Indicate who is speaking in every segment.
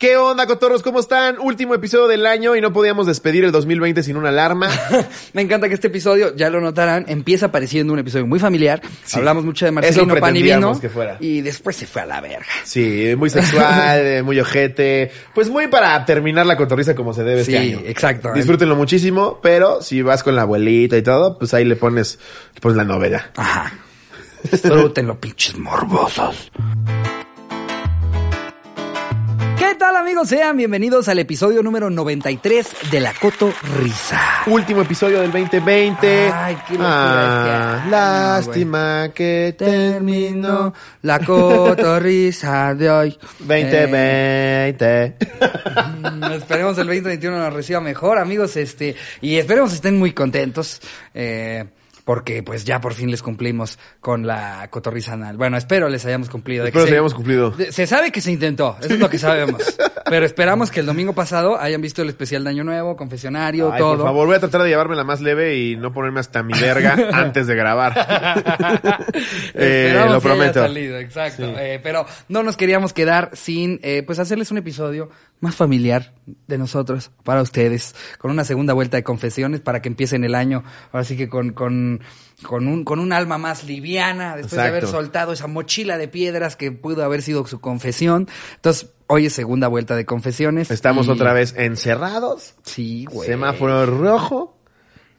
Speaker 1: ¿Qué onda, cotorros? ¿Cómo están? Último episodio del año y no podíamos despedir el 2020 sin una alarma.
Speaker 2: Me encanta que este episodio, ya lo notarán, empieza pareciendo un episodio muy familiar. Hablamos mucho de Marcelino
Speaker 1: Eso
Speaker 2: Pan y
Speaker 1: pretendíamos
Speaker 2: Vino.
Speaker 1: que fuera.
Speaker 2: Y después se fue a la verga.
Speaker 1: Sí, muy sexual, eh, muy ojete. Pues muy para terminar la cotorriza como se debe
Speaker 2: Sí,
Speaker 1: este año.
Speaker 2: exacto.
Speaker 1: Disfrútenlo muchísimo, pero si vas con la abuelita y todo, pues ahí le pones, le pones la novela.
Speaker 2: Ajá. Disfrútenlo, pinches morbosos. ¿Qué tal, amigos? Sean bienvenidos al episodio número 93 de La Coto Risa.
Speaker 1: Último episodio del 2020.
Speaker 2: Ay, qué locura este año,
Speaker 1: Ah, Lástima que terminó
Speaker 2: Terminó la cotorrisa de hoy. Eh.
Speaker 1: 2020.
Speaker 2: Mm, Esperemos el 2021 nos reciba mejor, amigos, este, y esperemos estén muy contentos, eh, porque pues ya por fin les cumplimos con la cotorriza anal. Bueno, espero les hayamos cumplido. de que
Speaker 1: Espero que
Speaker 2: se-
Speaker 1: hayamos cumplido.
Speaker 2: de- Se sabe que se intentó, eso es lo que sabemos. Pero esperamos que el domingo pasado hayan visto el especial de Año Nuevo, confesionario,
Speaker 1: Ay,
Speaker 2: todo.
Speaker 1: Por favor, voy a tratar de llevármela más leve y no ponerme hasta mi verga antes de grabar. Eh,
Speaker 2: Esperamos
Speaker 1: lo
Speaker 2: que haya
Speaker 1: prometo.
Speaker 2: salido, exacto. Eh, pero no nos queríamos quedar sin, eh, pues, hacerles un episodio más familiar de nosotros para ustedes, con una segunda vuelta de confesiones para que empiecen el año, ahora sí que con, con, con un, con un alma más liviana, después de haber
Speaker 1: Exacto.
Speaker 2: soltado esa mochila de piedras que pudo haber sido su confesión. Entonces, hoy es segunda vuelta de confesiones.
Speaker 1: Estamos
Speaker 2: y-
Speaker 1: otra vez encerrados.
Speaker 2: Sí, Mm. güey.
Speaker 1: Semáforo rojo.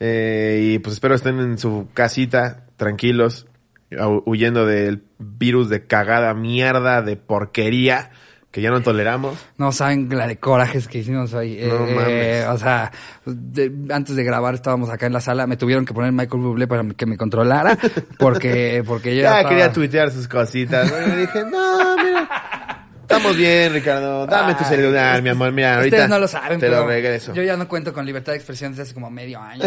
Speaker 1: Eh, y pues espero estén en su casita, tranquilos, hu- huyendo del virus de cagada, mierda, de porquería, que ya no toleramos.
Speaker 2: No saben la de corajes que hicimos hoy. Eh,
Speaker 1: No mames.
Speaker 2: eh, o sea, de- antes de grabar estábamos acá en la sala. Me tuvieron que poner Michael Bublé para que me controlara. Porque, porque yo
Speaker 1: Ya
Speaker 2: estaba-
Speaker 1: quería tuitear sus cositas. ¿no? Y dije, no, mira. Estamos bien, Ricardo. Dame tu
Speaker 2: Ah,
Speaker 1: celular, mi amor. Mira, ahorita
Speaker 2: Ustedes no lo saben,
Speaker 1: te
Speaker 2: pero
Speaker 1: lo regreso.
Speaker 2: yo ya no cuento con libertad de expresión desde hace como medio año.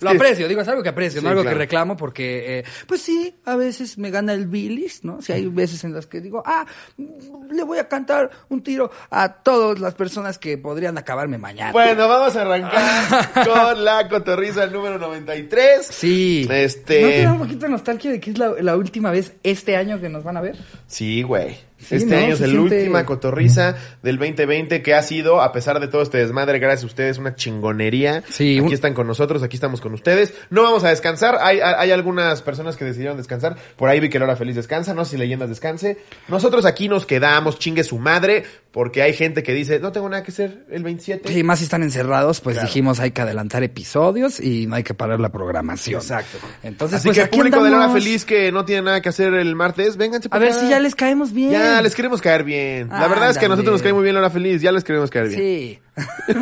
Speaker 2: lo aprecio, digo, es algo que aprecio,
Speaker 1: Sí,
Speaker 2: no algo
Speaker 1: claro.
Speaker 2: que reclamo porque, eh, pues sí, a veces me gana el bilis, ¿no? Si hay veces en las que digo, ah, le voy a cantar un tiro a todas las personas que podrían acabarme mañana.
Speaker 1: Bueno, vamos a arrancar con la cotorriza número 93.
Speaker 2: Sí.
Speaker 1: Este-
Speaker 2: ¿No te da un poquito de nostalgia de que es la, la última vez este año que nos van a ver?
Speaker 1: Sí, güey.
Speaker 2: Sí,
Speaker 1: este
Speaker 2: ¿no?
Speaker 1: año es
Speaker 2: Se
Speaker 1: el
Speaker 2: siente-
Speaker 1: última cotorriza del 2020 que ha sido, a pesar de todo este desmadre, gracias a ustedes, una chingonería.
Speaker 2: Sí,
Speaker 1: aquí
Speaker 2: un-
Speaker 1: están con nosotros, aquí estamos con ustedes. No vamos a descansar. Hay, hay- hay algunas personas que decidieron descansar. Por ahí vi que Laura Feliz descansa, no sé si leyendas descanse. Nosotros aquí nos quedamos, chingue su madre, porque hay gente que dice, no tengo nada que hacer el 27.
Speaker 2: Sí, más si están encerrados, pues
Speaker 1: Claro.
Speaker 2: dijimos hay que adelantar episodios y no hay que parar la programación.
Speaker 1: Exacto.
Speaker 2: Entonces,
Speaker 1: Así
Speaker 2: pues,
Speaker 1: que
Speaker 2: aquí
Speaker 1: público de Laura
Speaker 2: andamos.
Speaker 1: Feliz que no tiene nada que hacer el martes, vénganse
Speaker 2: A
Speaker 1: para
Speaker 2: ver
Speaker 1: acá.
Speaker 2: si ya les caemos bien.
Speaker 1: Ya, les queremos caer bien. La verdad es que a nosotros nos
Speaker 2: Ándale.
Speaker 1: cae muy bien Laura Feliz, ya les queremos caer bien.
Speaker 2: Sí.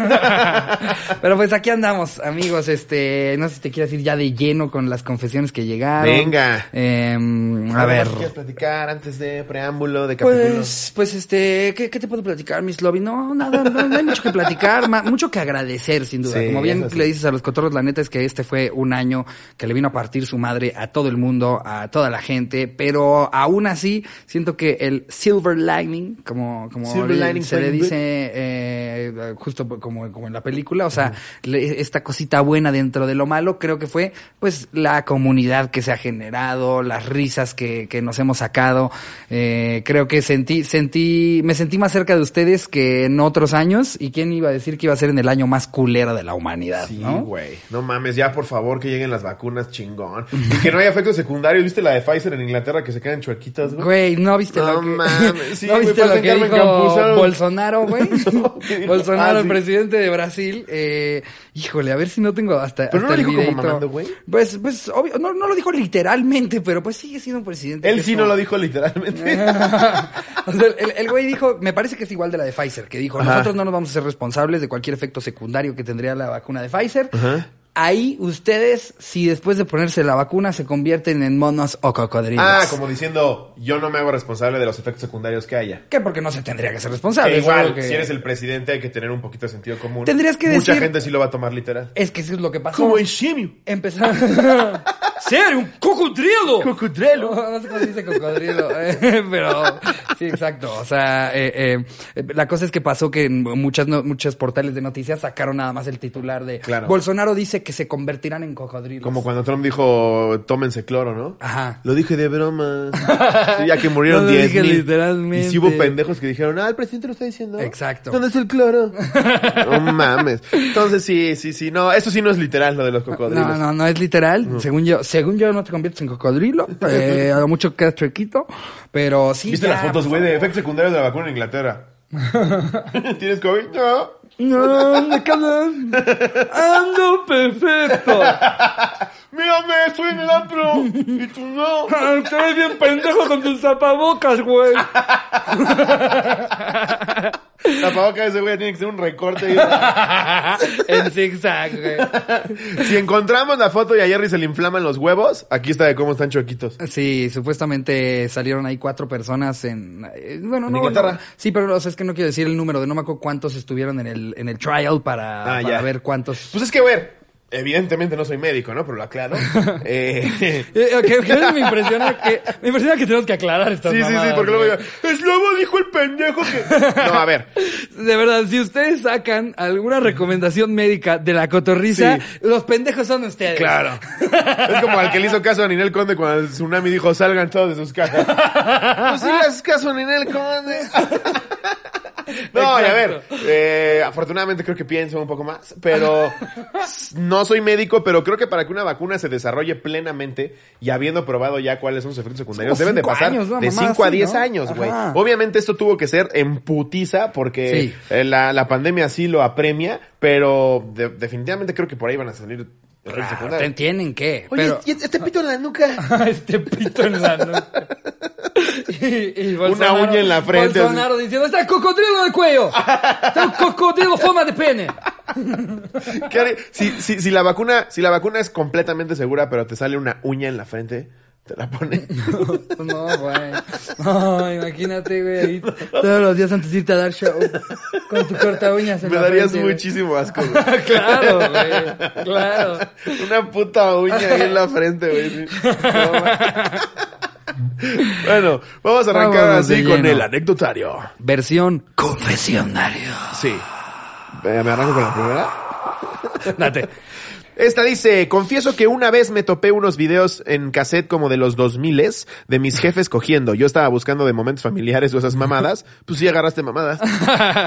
Speaker 2: Pero pues aquí andamos, amigos. Este, no sé si te quieres ir ya de lleno con las confesiones que llegaron.
Speaker 1: Venga.
Speaker 2: Em, a ver.
Speaker 1: ¿Quieres platicar antes de preámbulo, de capítulo?
Speaker 2: Pues, pues este, ¿qué, qué te puedo platicar, Miss Lobby? No, nada, no, no hay mucho que platicar, ma- mucho que agradecer, sin duda.
Speaker 1: Sí,
Speaker 2: Como bien
Speaker 1: eso sí.
Speaker 2: le dices a los cotorros, la neta es que este fue un año que le vino a partir su madre a todo el mundo, a toda la gente, pero aún así siento que el silver lining, como, como
Speaker 1: Silver
Speaker 2: le-
Speaker 1: lining
Speaker 2: se le
Speaker 1: fue-
Speaker 2: dice eh, justo como, como en la película, o sea, le- esta cosita buena dentro de lo malo, creo que fue pues la comunidad que se ha generado, las risas que, que nos hemos sacado, Eh, creo que sentí, sentí, me sentí más cerca de ustedes que en otros años, y quién iba a decir que iba a ser en el año más culero de la humanidad,
Speaker 1: Sí,
Speaker 2: ¿no?
Speaker 1: güey. ¿no? mames, ya por favor que lleguen las vacunas, chingón. Y que no haya efectos secundarios. ¿Viste la de Pfizer en Inglaterra que se quedan chuequitas, güey?
Speaker 2: Güey, ¿no viste
Speaker 1: No
Speaker 2: lo que,
Speaker 1: mames, sí,
Speaker 2: ¿no
Speaker 1: güey,
Speaker 2: viste
Speaker 1: fue
Speaker 2: lo que
Speaker 1: Carmen
Speaker 2: dijo
Speaker 1: Campuzano.
Speaker 2: Bolsonaro, güey?
Speaker 1: No, ¿qué dijo? Ah,
Speaker 2: Bolsonaro, el
Speaker 1: sí.
Speaker 2: presidente de Brasil. eh, híjole, a ver si no tengo hasta,
Speaker 1: Pero no
Speaker 2: hasta
Speaker 1: lo
Speaker 2: el
Speaker 1: dijo como
Speaker 2: videíto.
Speaker 1: mamando, güey.
Speaker 2: Pues, pues, obvio, no, no lo dijo literalmente, pero pues sigue siendo un presidente.
Speaker 1: Él
Speaker 2: que
Speaker 1: sí
Speaker 2: es
Speaker 1: no
Speaker 2: como-
Speaker 1: lo dijo literalmente.
Speaker 2: o sea, el, el güey dijo, me parece que es igual de la de Pfizer, que dijo,
Speaker 1: Ajá.
Speaker 2: nosotros no nos vamos a ser responsables de cualquier efecto secundario que tendría la vacuna de Pfizer.
Speaker 1: Ajá.
Speaker 2: Ahí ustedes, si después de ponerse la vacuna, se convierten en monos o cocodrilos.
Speaker 1: ah, como diciendo, yo no me hago responsable de los efectos secundarios que haya.
Speaker 2: ¿Qué? Porque no se tendría que ser
Speaker 1: Que
Speaker 2: responsable. es algo
Speaker 1: igual,
Speaker 2: que-
Speaker 1: si eres el presidente hay que tener un poquito de sentido común.
Speaker 2: Tendrías que
Speaker 1: Mucha
Speaker 2: decir-
Speaker 1: gente sí lo va a tomar literal.
Speaker 2: Es que eso es lo que pasó.
Speaker 1: Como el simio.
Speaker 2: Empezaron... ¡Ser un cocodrilo!
Speaker 1: Cocodrilo.
Speaker 2: No, no sé cómo se dice cocodrilo, eh, pero sí, exacto. O sea, eh, eh, la cosa es que pasó que en muchas, no- muchos portales de noticias sacaron nada más el titular de
Speaker 1: Claro.
Speaker 2: Bolsonaro dice que se convertirán en cocodrilos.
Speaker 1: Como cuando Trump dijo, tómense cloro, ¿no?
Speaker 2: Ajá.
Speaker 1: Lo dije de broma. Sí, ya que murieron
Speaker 2: No lo
Speaker 1: 10
Speaker 2: dije literalmente.
Speaker 1: Y si hubo pendejos que dijeron, ah, el presidente lo está diciendo.
Speaker 2: Exacto.
Speaker 1: ¿Dónde es el cloro? No mames. Entonces sí, sí, sí. No, eso sí no es literal lo de los cocodrilos.
Speaker 2: No, no, no es literal. Según yo, según yo no te conviertes en cocodrilo. Eh, a lo mucho quedas chuequito. Pero sí.
Speaker 1: ¿Viste
Speaker 2: ya,
Speaker 1: las fotos,
Speaker 2: pues,
Speaker 1: güey, de efectos secundarios de la vacuna en Inglaterra? ¿Tienes COVID? No.
Speaker 2: No, me cagan. Ando perfecto.
Speaker 1: Mírame, estoy en el antro. Y tú no.
Speaker 2: Te ves bien pendejo con tus tapabocas, güey.
Speaker 1: La pavoca de ese güey tiene que ser un recorte.
Speaker 2: en zigzag, güey.
Speaker 1: si encontramos la foto y a Jerry se le inflaman los huevos, aquí está de cómo están choquitos.
Speaker 2: Sí, supuestamente salieron ahí cuatro personas en... eh, Bueno, no,
Speaker 1: Inglaterra.
Speaker 2: no. Sí, pero o sea, es que no quiero decir el número de no me acuerdo cuántos estuvieron en el, en el trial para,
Speaker 1: Ah,
Speaker 2: para
Speaker 1: ya.
Speaker 2: ver cuántos...
Speaker 1: Pues es que, a ver, evidentemente no soy médico, ¿no? Pero lo aclaro. Eh,
Speaker 2: Eh, eh, que- que me impresiona que me impresiona que tenemos que aclarar estas
Speaker 1: Sí, sí, sí,
Speaker 2: mamadas,
Speaker 1: porque luego
Speaker 2: güey.
Speaker 1: digo, es lobo, dijo el pendejo que... No, a ver,
Speaker 2: De verdad, si ustedes sacan alguna recomendación médica de la cotorriza,
Speaker 1: Sí.
Speaker 2: los pendejos son ustedes.
Speaker 1: Claro. es como al que le hizo caso a Ninel Conde cuando el tsunami dijo, salgan todos de sus casas. Pues sí le haces caso a Ninel Conde. No, y a ver, eh, afortunadamente creo que pienso un poco más, pero no soy médico, pero creo que para que una vacuna se desarrolle plenamente y habiendo probado ya cuáles son sus efectos secundarios,
Speaker 2: Son
Speaker 1: deben
Speaker 2: como
Speaker 1: de
Speaker 2: cinco
Speaker 1: pasar
Speaker 2: años, ¿no?
Speaker 1: de
Speaker 2: Mamá,
Speaker 1: 5 a
Speaker 2: sí,
Speaker 1: 10
Speaker 2: ¿no?
Speaker 1: años, güey.
Speaker 2: Ajá.
Speaker 1: Obviamente esto tuvo que ser en putiza porque
Speaker 2: Sí.
Speaker 1: eh, la, la pandemia sí lo apremia, pero de- definitivamente creo que por ahí van a salir efectos
Speaker 2: Claro,
Speaker 1: secundarios.
Speaker 2: te tienen que.
Speaker 1: Oye,
Speaker 2: pero...
Speaker 1: ¿y este pito en la nuca.
Speaker 2: este pito en la nuca. Y, y
Speaker 1: Una
Speaker 2: Bolsonaro-
Speaker 1: uña en la frente,
Speaker 2: Bolsonaro diciendo, está el cocodrilo en el cuello. Está un cocodrilo forma de pene.
Speaker 1: ¿Qué haría- Si, si, si la vacuna, si la vacuna es completamente segura, pero te sale una uña en la frente, te la pone.
Speaker 2: No, güey. No, imagínate, güey. ahí Todos los días antes de irte a dar show. Con tu corta uñas en
Speaker 1: Me
Speaker 2: la
Speaker 1: darías
Speaker 2: frente, güey.
Speaker 1: muchísimo asco, güey.
Speaker 2: Claro, güey. Claro.
Speaker 1: Una puta uña ahí en la frente, güey. sí. No, ma- bueno, vamos a arrancar
Speaker 2: Vámonos de
Speaker 1: así con
Speaker 2: lleno.
Speaker 1: el anecdotario.
Speaker 2: Versión confesionario.
Speaker 1: Sí. Eh, ¿Me arranco con la primera?
Speaker 2: Date.
Speaker 1: Esta dice, confieso que una vez me topé unos videos en cassette como de los 2000 de mis jefes cogiendo. Yo estaba buscando de momentos familiares o esas mamadas. Pues sí agarraste mamadas.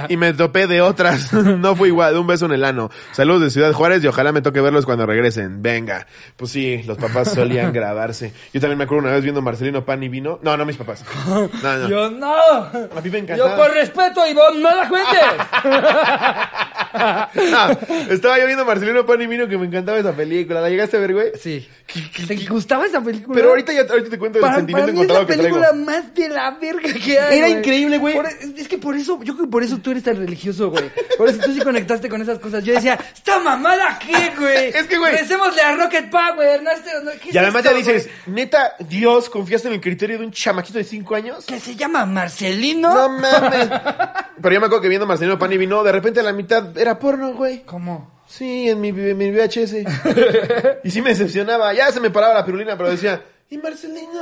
Speaker 1: Y me topé de otras. No fue igual, un beso en el ano. Saludos de Ciudad Juárez y ojalá me toque verlos cuando regresen. Venga. Pues sí, los papás solían grabarse. Yo también me acuerdo una vez viendo Marcelino Pan y Vino. No, no mis papás. No, no.
Speaker 2: Yo no.
Speaker 1: A mí me
Speaker 2: Yo
Speaker 1: encantaba.
Speaker 2: por respeto a Ivonne, no la cuentes.
Speaker 1: Ah, estaba yo viendo Marcelino Pan y Vino que me encantaba esa película. ¿La llegaste a ver, güey?
Speaker 2: Sí.
Speaker 1: ¿Qué- qué-
Speaker 2: ¿Te
Speaker 1: qué-
Speaker 2: gustaba esa película?
Speaker 1: Pero ahorita ya ahorita te cuento el
Speaker 2: para,
Speaker 1: sentimiento
Speaker 2: para mí es la
Speaker 1: encontrado que traigo.
Speaker 2: película más de la verga que hay.
Speaker 1: Era
Speaker 2: güey.
Speaker 1: increíble, güey.
Speaker 2: Por- e, es es que por eso, yo creo que por eso tú eres tan religioso, güey. Por eso tú sí conectaste con esas cosas. Yo decía, ¿esta mamada qué, güey?
Speaker 1: Es que, güey.
Speaker 2: Recémosle a Rocket Power, ¿no? Este- no- ¿qué es
Speaker 1: Y además
Speaker 2: esto,
Speaker 1: ya dices,
Speaker 2: güey?
Speaker 1: neta, Dios, ¿confiaste en el criterio de un chamaquito de 5 años?
Speaker 2: ¿Que se llama Marcelino?
Speaker 1: No mames. Pero yo me acuerdo que viendo Marcelino Pan y vino, de repente a la mitad era porno, güey.
Speaker 2: ¿Cómo?
Speaker 1: Sí, en mi, en mi VHS. Y sí me decepcionaba. Ya se me paraba la pirulina, pero decía, ¿y Marcelino?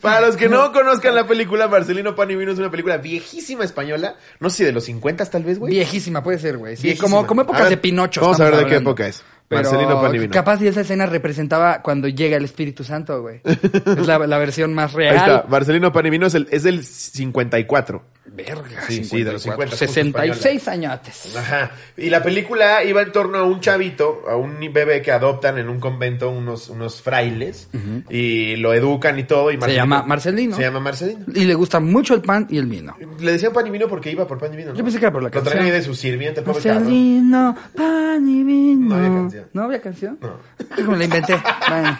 Speaker 1: Para los que no conozcan la película, Marcelino Pan y Vino es una película viejísima española. No sé si de los 50 tal vez, güey.
Speaker 2: Viejísima, puede ser, güey. Sí,
Speaker 1: Viejísima.
Speaker 2: como, como épocas
Speaker 1: A ver,
Speaker 2: de Pinocho.
Speaker 1: vamos a
Speaker 2: estamos
Speaker 1: ver de qué
Speaker 2: hablando.
Speaker 1: época es.
Speaker 2: Pero
Speaker 1: Marcelino Panivino.
Speaker 2: Capaz y esa escena representaba cuando llega el Espíritu Santo, güey. Es la, la versión más real.
Speaker 1: Ahí está, Marcelino Pan y Vino es el, es del 54.
Speaker 2: Verga,
Speaker 1: Sí, sí, de los 50,
Speaker 2: 66 años antes.
Speaker 1: Ajá. Y la película iba en torno a un chavito, a un bebé que adoptan en un convento unos, unos frailes y lo educan y todo. Y Marcelino-
Speaker 2: llama Marcelino.
Speaker 1: Se llama Marcelino.
Speaker 2: Y le gusta mucho el pan y el vino.
Speaker 1: Le decían pan y vino porque iba por pan y vino. ¿no?
Speaker 2: Yo pensé que era por la
Speaker 1: Lo
Speaker 2: canción. Pues
Speaker 1: traían ahí de su sirviente, pobre cabrón.
Speaker 2: Marcelino, pan y
Speaker 1: No
Speaker 2: vino.
Speaker 1: había canción.
Speaker 2: ¿No había canción?
Speaker 1: No.
Speaker 2: Yo me la inventé. Bueno.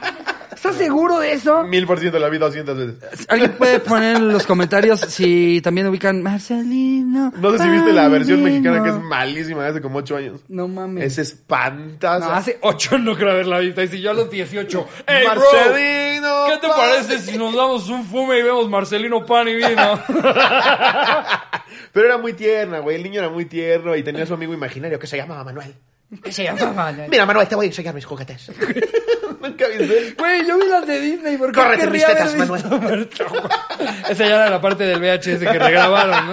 Speaker 2: ¿Estás seguro de eso?
Speaker 1: Mil por ciento la vi 200 veces.
Speaker 2: Alguien puede poner en los comentarios si también ubican Marcelino.
Speaker 1: No sé si viste la
Speaker 2: pan y
Speaker 1: versión mexicana
Speaker 2: vino.
Speaker 1: que es malísima, hace como 8 años.
Speaker 2: No mames.
Speaker 1: Es espantosa.
Speaker 2: No, hace 8 no creo haberla visto. Y si yo a los 18. ¡Ey, bro!
Speaker 1: Marcelino.
Speaker 2: ¿Qué te
Speaker 1: pan-
Speaker 2: parece si nos damos un fume y vemos Marcelino pan y vino?
Speaker 1: Pero era muy tierna, güey. El niño era muy tierno y tenía su amigo imaginario que se llamaba Manuel.
Speaker 2: ¿Qué se llamaba?
Speaker 1: Mira, Manuel, te voy a enseñar mis juguetes. Nunca viste.
Speaker 2: Güey, yo vi las de Disney porque
Speaker 1: Córrete, mis tetas,
Speaker 2: Manuel. Esa ya era la parte del VHS que regrabaron,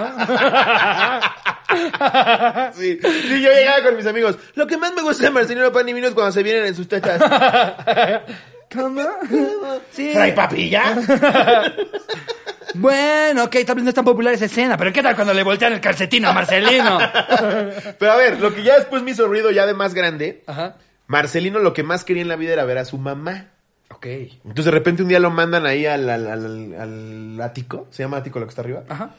Speaker 2: ¿no?
Speaker 1: Sí. sí, yo llegaba con mis amigos. Lo que más me gusta de Marcelino Pan y Vino es cuando se vienen en sus tetas.
Speaker 2: ¿Cómo? Sí.
Speaker 1: ¿Fray papilla?
Speaker 2: Bueno, ok, tal vez no es tan popular esa escena, pero ¿qué tal cuando le voltean el calcetín a Marcelino?
Speaker 1: Pero a ver, lo que ya después me hizo ruido ya de más grande.
Speaker 2: Ajá.
Speaker 1: Marcelino lo que más quería en la vida era ver a su mamá.
Speaker 2: Ok.
Speaker 1: Entonces de repente un día lo mandan ahí al, al, al- al ático, se llama ático lo que está arriba,
Speaker 2: Ajá.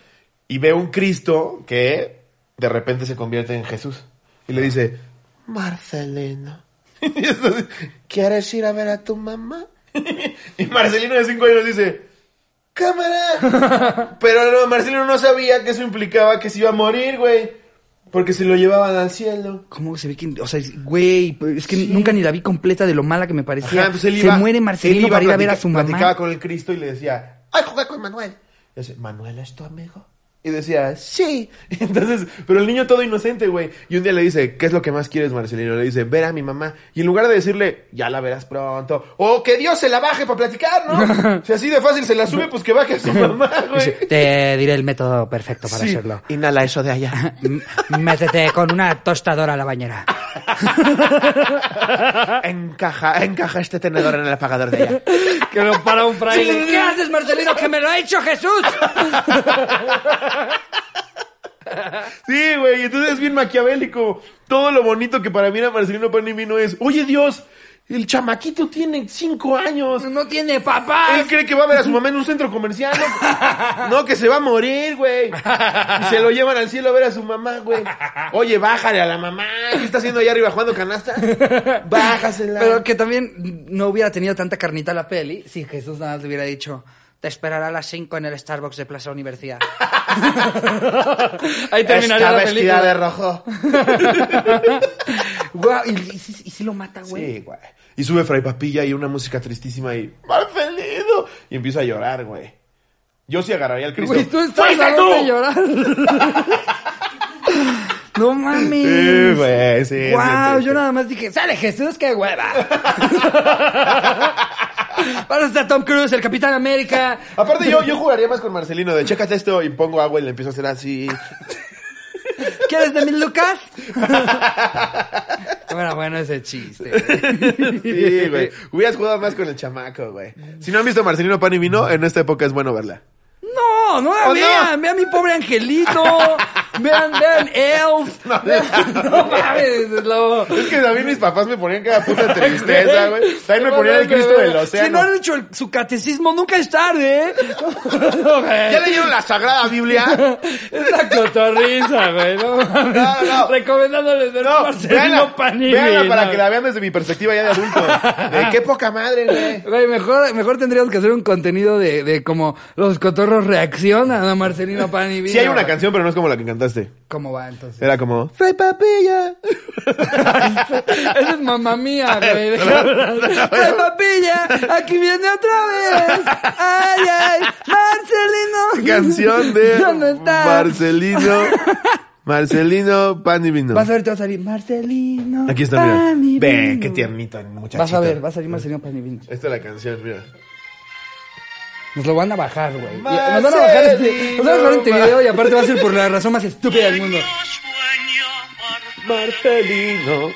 Speaker 1: y ve un Cristo que de repente se convierte en Jesús. Y le dice, Marcelino, Y es así, ¿quieres ir a ver a tu mamá? Y Marcelino de cinco años dice, ¡cámara! Pero no, Marcelino no sabía que eso implicaba que se iba a morir, güey, porque se lo llevaban al cielo.
Speaker 2: ¿Cómo se ve que.? O sea, es- güey, es que nunca ni la vi completa de lo mala que me parecía.
Speaker 1: Ajá, pues él
Speaker 2: se
Speaker 1: iba-
Speaker 2: muere Marcelino
Speaker 1: él iba
Speaker 2: para ir a ver a
Speaker 1: platica-
Speaker 2: su mamá.
Speaker 1: Platicaba con el Cristo y le decía, ¡ay, jugar con Manuel! Y dice, ¿Manuel es tu amigo? Y decía, sí. Entonces, pero el niño todo inocente, güey. Y un día le dice, ¿qué es lo que más quieres, Marcelino? Le dice, ver a mi mamá. Y en lugar de decirle, ya la verás pronto, o que Dios se la baje para platicar, ¿no? si así de fácil se la sube, pues que baje a su mamá,
Speaker 2: Dice,
Speaker 1: güey.
Speaker 2: Te diré el método perfecto para
Speaker 1: Sí.
Speaker 2: hacerlo.
Speaker 1: Inhala eso de allá.
Speaker 2: M- Métete con una tostadora a la bañera.
Speaker 1: encaja, encaja este tenedor en el apagador de allá.
Speaker 2: Que lo para un
Speaker 1: fraile.
Speaker 2: ¿Qué haces, Marcelino? ¡Que me lo ha hecho Jesús!
Speaker 1: Sí, güey, entonces es bien maquiavélico. Todo lo bonito que para mí era Marcelino Pan y Vino es, oye Dios, el chamaquito tiene cinco años. Ah,
Speaker 2: ¡No tiene papá!
Speaker 1: Él cree que va a ver a su mamá en un centro comercial. No, No, que se va a morir, güey. Y se lo llevan al cielo a ver a su mamá, güey. Oye, bájale a la mamá. ¿Qué está haciendo allá arriba jugando canasta? Bájasela.
Speaker 2: Pero que también no hubiera tenido tanta carnita la peli si Jesús nada más le hubiera dicho. Te esperará a las 5 en el Starbucks de Plaza Universidad. Ahí terminaría
Speaker 1: Está
Speaker 2: la
Speaker 1: vestida
Speaker 2: película.
Speaker 1: de rojo.
Speaker 2: Guau, y, y, sí- y sí lo mata, güey.
Speaker 1: Sí, güey. Y sube Fray Papilla y una música tristísima y ¡Marcelino! Y empieza a llorar, güey. Yo sí agarraría al Cristo.
Speaker 2: Güey, tú estás
Speaker 1: ¡Fuiste
Speaker 2: a
Speaker 1: tú!
Speaker 2: de llorar. no mames.
Speaker 1: Sí, güey, sí.
Speaker 2: wow,
Speaker 1: sí, sí,
Speaker 2: yo
Speaker 1: sí.
Speaker 2: nada más dije, sale Jesús, qué hueva. Ahora está Tom Cruise, el Capitán América.
Speaker 1: Aparte, yo, yo jugaría más con Marcelino de chécate esto y pongo agua y le empiezo a hacer así.
Speaker 2: ¿Quieres de mil lucas? bueno, bueno ese chiste. güey.
Speaker 1: Sí, güey. Hubieras jugado más con el chamaco, güey. Si no han visto Marcelino Pan y Vino, en esta época es bueno verla.
Speaker 2: No, no la
Speaker 1: ¿O no?
Speaker 2: vean. Vean mi pobre angelito. vean, vean Elf.
Speaker 1: No,
Speaker 2: vean,
Speaker 1: no.
Speaker 2: no mames, es lo...
Speaker 1: Es que a mí mis papás me ponían cada puta tristeza, güey. También me ponían el Cristo del
Speaker 2: Si no
Speaker 1: océano.
Speaker 2: han hecho el- su catecismo, nunca es tarde, ¿eh?
Speaker 1: ¿Ya leyeron la Sagrada Biblia?
Speaker 2: Es la cotorriza, güey. No, mames.
Speaker 1: No, no.
Speaker 2: Recomendándoles ver
Speaker 1: No,
Speaker 2: Marcelino
Speaker 1: véanla,
Speaker 2: Panini.
Speaker 1: véanla para
Speaker 2: no.
Speaker 1: que la vean desde mi perspectiva ya de adulto. De qué poca madre, güey.
Speaker 2: Güey, mejor, mejor tendríamos que hacer un contenido de, de como los cotorros reaccionan a Marcelino Pan y Vino.
Speaker 1: Sí hay una canción, pero no es como la que cantaste.
Speaker 2: ¿Cómo va entonces?
Speaker 1: Era como, Fray Papilla.
Speaker 2: Esa es mamá mía, güey. ¡Ay, papilla! ¡Aquí viene otra vez! ¡Ay, ay! ¡Marcelino!
Speaker 1: Canción de
Speaker 2: ¿Dónde está?
Speaker 1: Marcelino. Marcelino Pan y Vino.
Speaker 2: Vas a ver, te va a salir Marcelino.
Speaker 1: Aquí está, mira.
Speaker 2: Pan y
Speaker 1: Ve,
Speaker 2: vino.
Speaker 1: qué tiernito, muchachito.
Speaker 2: Vas a ver, va a salir Marcelino Pan y Vino.
Speaker 1: Esta es la canción, mira.
Speaker 2: Nos lo van a bajar, güey. Y- Nos van a bajar este, nos van a bajar este video y aparte va a ser por la razón más estúpida del mundo.
Speaker 3: sueño por
Speaker 1: Marcelino.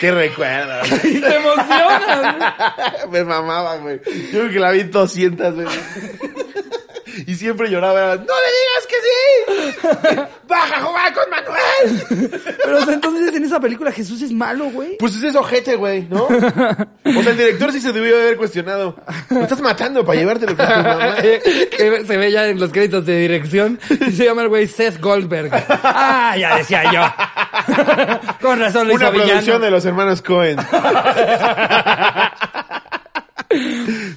Speaker 1: Qué recuerdo.
Speaker 2: Y te emocionas. güey.
Speaker 1: Me mamaba, güey. Yo creo que la vi 200 veces. Y siempre lloraba. era, ¡No le digas que sí! ¡Baja a jugar con Manuel!
Speaker 2: Pero o sea, entonces en esa película Jesús es malo, güey.
Speaker 1: Pues ese es ojete, güey, ¿no? O sea, el director sí se debió haber cuestionado. Lo estás matando para llevártelo con tu mamá.
Speaker 2: Que ve- se ve ya en los créditos de dirección y se llama el güey Seth Goldberg. Ah, ya decía yo. Con razón lo
Speaker 1: Una
Speaker 2: hizo
Speaker 1: producción
Speaker 2: villano.
Speaker 1: de los hermanos Cohen.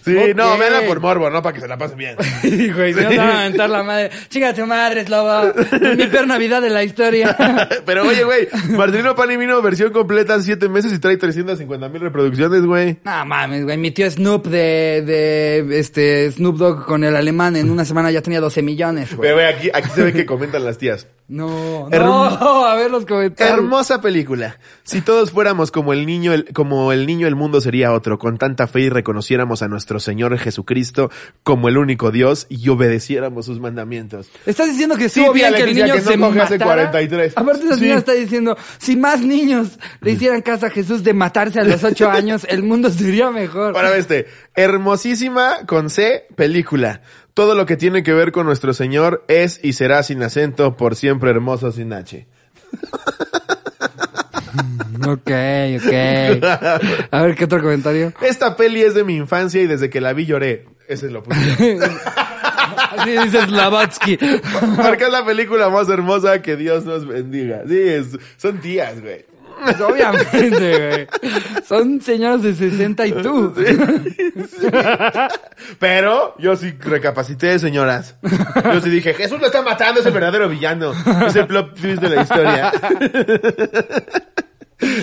Speaker 1: sí, no,
Speaker 2: Ok.
Speaker 1: véanla por morbo, no para que se la pasen bien.
Speaker 2: Y, güey, se van a aventar la madre. Chinga tu madre, lobo. Mi peor Navidad de la historia.
Speaker 1: Pero oye, güey, Marcelino Pan y Vino, versión completa en 7 meses y trae 350 mil reproducciones, güey.
Speaker 2: No mames, güey. Mi tío Snoop de, de este Snoop Dogg con el alemán en una semana ya tenía 12 millones, güey.
Speaker 1: Pero, güey, aquí, aquí se ve que comentan las tías.
Speaker 2: No,
Speaker 1: Herm-
Speaker 2: no, a ver los comentarios.
Speaker 1: Hermosa película. Si todos fuéramos como el niño, el, como el niño, el mundo sería otro. Con tanta fe y reconociéramos a nuestro Señor Jesucristo como el único Dios y obedeciéramos sus mandamientos.
Speaker 2: Estás diciendo que estuvo
Speaker 1: tía,
Speaker 2: bien que el
Speaker 1: Leticia,
Speaker 2: niño
Speaker 1: que no
Speaker 2: se
Speaker 1: coge hace
Speaker 2: matara.
Speaker 1: 43.
Speaker 2: Aparte la
Speaker 1: Sí.
Speaker 2: señora está diciendo, si más niños le hicieran caso a Jesús de matarse a los ocho años, el mundo sería mejor.
Speaker 1: Ahora ve este. Hermosísima con C película. Todo lo que tiene que ver con nuestro Señor es y será sin acento, por siempre hermoso sin H.
Speaker 2: Ok, ok. A ver, ¿qué otro comentario?
Speaker 1: Esta peli es de mi infancia y desde que la vi lloré. Ese es lo puse.
Speaker 2: Así dice Slavatsky. Pues,
Speaker 1: Porque es la película más hermosa que Dios nos bendiga. Sí, es- son tías, güey.
Speaker 2: Pues obviamente, güey. Son señoras de 60 y tú.
Speaker 1: Pero yo sí recapacité, señoras. Yo sí dije, Jesús lo está matando, es el verdadero villano. Es el plot twist de la historia.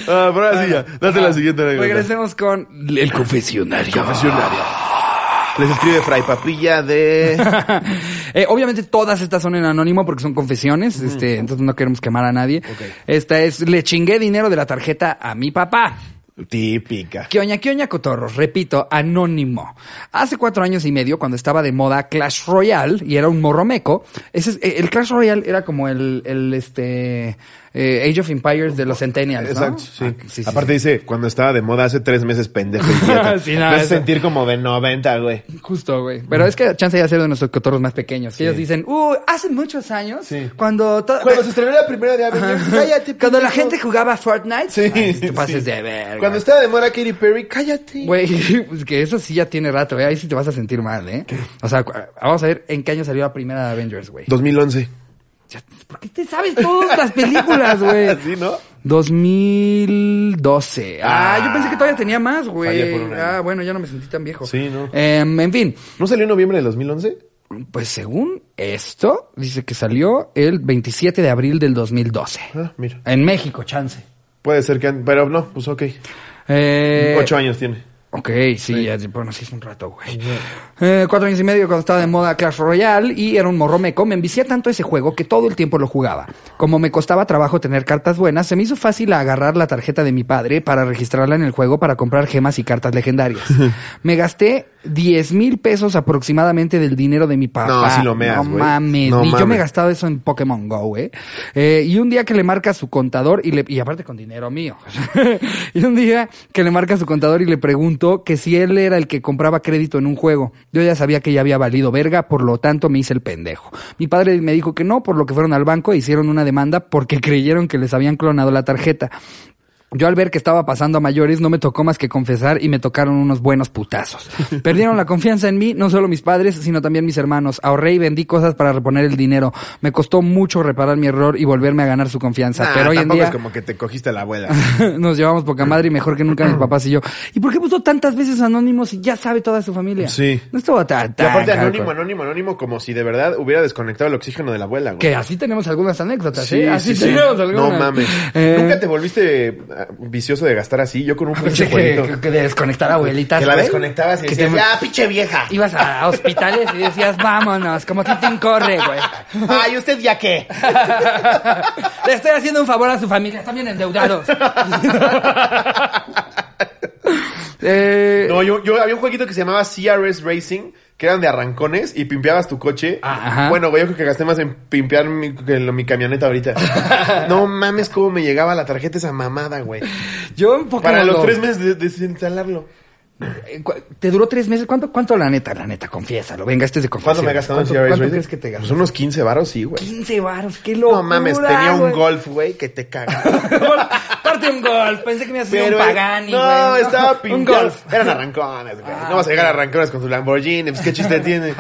Speaker 1: Ah, pero ahora sí ya. Date la siguiente anécdota.
Speaker 2: Regresemos con el confesionario.
Speaker 1: Confesionario. Les escribe Fray Papilla de...
Speaker 2: Eh, obviamente todas estas son en anónimo porque son confesiones, este, entonces no queremos quemar a nadie. Esta es, le chingué dinero de la tarjeta a mi papá.
Speaker 1: Típica.
Speaker 2: ¿Qué oña, qué oña, cotorros? Repito, anónimo. Hace cuatro años y medio, cuando estaba de moda Clash Royale y era un morromeco, ese es- eh, el Clash Royale era como el, el este, eh, Age of Empires de los Centennials, ¿no?
Speaker 1: Exacto, sí.
Speaker 2: Ah,
Speaker 1: Aparte dice, cuando estaba de moda hace tres meses, pendejo. idiota.
Speaker 2: Sí, no,
Speaker 1: Me hace
Speaker 2: eso-
Speaker 1: sentir como de 90, güey.
Speaker 2: Justo, güey. Pero es que chance ya ser de nuestros cotorros más pequeños. que Ellos dicen, uh, hace muchos años,
Speaker 1: Sí.
Speaker 2: cuando... to-
Speaker 1: estrenó la primera de
Speaker 2: Cuando la gente jugaba Fortnite,
Speaker 1: Sí,
Speaker 2: ay, te pases
Speaker 1: sí.
Speaker 2: de verga.
Speaker 1: Cuando estaba de moda Katy Perry, cállate.
Speaker 2: Güey, pues que eso sí ya tiene rato, ¿eh? Ahí sí te vas a sentir mal, ¿eh? O sea, cu- vamos a ver en qué año salió la primera de Avengers, güey.
Speaker 1: 2011.
Speaker 2: Ya, ¿Por qué te sabes todas las películas, Ah, güey?
Speaker 1: Sí, ¿no?
Speaker 2: 2012. Ah, yo pensé que todavía tenía más,
Speaker 1: Fallé por
Speaker 2: güey.
Speaker 1: un año.
Speaker 2: Ah, bueno, ya no me sentí tan viejo.
Speaker 1: Sí, ¿no?
Speaker 2: Em, en fin,
Speaker 1: ¿No salió en noviembre de 2011?
Speaker 2: pues según esto, dice que salió el 27 de abril del 2012.
Speaker 1: Ah, mira.
Speaker 2: En México, chance.
Speaker 1: Puede ser que... an- Pero no, pues ok.
Speaker 2: Eh,
Speaker 1: Ocho años tiene.
Speaker 2: Ok, sí, Ya, bueno, sí es un rato, güey. Eh, cuatro años y medio cuando estaba de moda Clash Royale y era un morromeco, me envicié tanto ese juego que todo el tiempo lo jugaba. Como me costaba trabajo tener cartas buenas, se me hizo fácil agarrar la tarjeta de mi padre para registrarla en el juego para comprar gemas y cartas legendarias. me gasté 10 mil pesos aproximadamente del dinero de mi papá.
Speaker 1: No, sí lo meas,
Speaker 2: No
Speaker 1: güey.
Speaker 2: mames,
Speaker 1: No
Speaker 2: y yo me
Speaker 1: mames.
Speaker 2: gasté gastado eso en Pokémon Go, güey. Eh, y un día que le marca su contador y le, y aparte con dinero mío. y un día que le marca su contador y le preguntó que si él era el que compraba crédito en un juego. Yo ya sabía que ya había valido verga, por lo tanto me hice el pendejo. Mi padre me dijo que no, por lo que fueron al banco e hicieron una demanda porque creyeron que les habían clonado la tarjeta. Yo al ver que estaba pasando a mayores no me tocó más que confesar y me tocaron unos buenos putazos. Perdieron la confianza en mí, no solo mis padres, sino también mis hermanos. Ahorré y vendí cosas para reponer el dinero. Me costó mucho reparar mi error y volverme a ganar su confianza.
Speaker 1: Nah,
Speaker 2: Pero hoy en
Speaker 1: tampoco
Speaker 2: día
Speaker 1: es como que te cogiste a la abuela.
Speaker 2: nos llevamos poca madre y mejor que nunca mis papás y yo. ¿Y por qué puso tantas veces anónimos y ya sabe toda su familia?
Speaker 1: Sí.
Speaker 2: No estuvo tan,
Speaker 1: Y
Speaker 2: tan
Speaker 1: aparte
Speaker 2: hardcore.
Speaker 1: anónimo, anónimo, anónimo, como si de verdad hubiera desconectado el oxígeno de la abuela, güey.
Speaker 2: Que así tenemos algunas anécdotas,
Speaker 1: Sí,
Speaker 2: ¿eh? Así
Speaker 1: sí, sí.
Speaker 2: tenemos algunas.
Speaker 1: No mames.
Speaker 2: Eh, Ah,
Speaker 1: Nunca te volviste eh, vicioso de gastar así. Yo con un pinche
Speaker 2: que,
Speaker 1: abuelito.
Speaker 2: que- que desconectar abuelitas.
Speaker 1: Que la
Speaker 2: güey.
Speaker 1: desconectabas y
Speaker 2: Que
Speaker 1: decías,
Speaker 2: te-
Speaker 1: ¡ah, pinche vieja!
Speaker 2: Ibas a hospitales y decías, vámonos, como Titín corre, güey.
Speaker 1: ¡Ay, usted ya qué!
Speaker 2: Le estoy haciendo un favor a su familia, están bien endeudados. eh,
Speaker 1: No, yo, yo había un jueguito que se llamaba CRS Racing, que eran de arrancones y pimpeabas tu coche.
Speaker 2: Ajá.
Speaker 1: Bueno, güey, yo creo que gasté más en pimpear mi, que en lo- mi camioneta ahorita. no mames cómo me llegaba la tarjeta esa mamada, güey.
Speaker 2: Yo en Pokémon
Speaker 1: Para los
Speaker 2: Go,
Speaker 1: tres meses de, de desinstalarlo.
Speaker 2: eh, cu- ¿Te duró tres meses? ¿Cuánto, ¿Cuánto la neta, la neta? Confiésalo, venga, este es de
Speaker 1: ¿Cuánto
Speaker 2: confesión.
Speaker 1: me gastaron en
Speaker 2: ¿Cuánto,
Speaker 1: CRS Racing?
Speaker 2: cuánto crees que te
Speaker 1: Pues
Speaker 2: gastó?
Speaker 1: unos 15 varos, sí, güey.
Speaker 2: 15 baros, qué locura,
Speaker 1: No mames, tenía un
Speaker 2: güey.
Speaker 1: golf, güey, que te cagaba.
Speaker 2: Parte un golf, pensé que me ibas a hacer un
Speaker 1: Pero eh,
Speaker 2: Pagani,
Speaker 1: no,
Speaker 2: güey.
Speaker 1: estaba
Speaker 2: Un
Speaker 1: pintado.
Speaker 2: golf. Ah,
Speaker 1: Eran arrancones, güey. no vas a llegar a arrancones con tu Lamborghini, pues qué chiste tiene.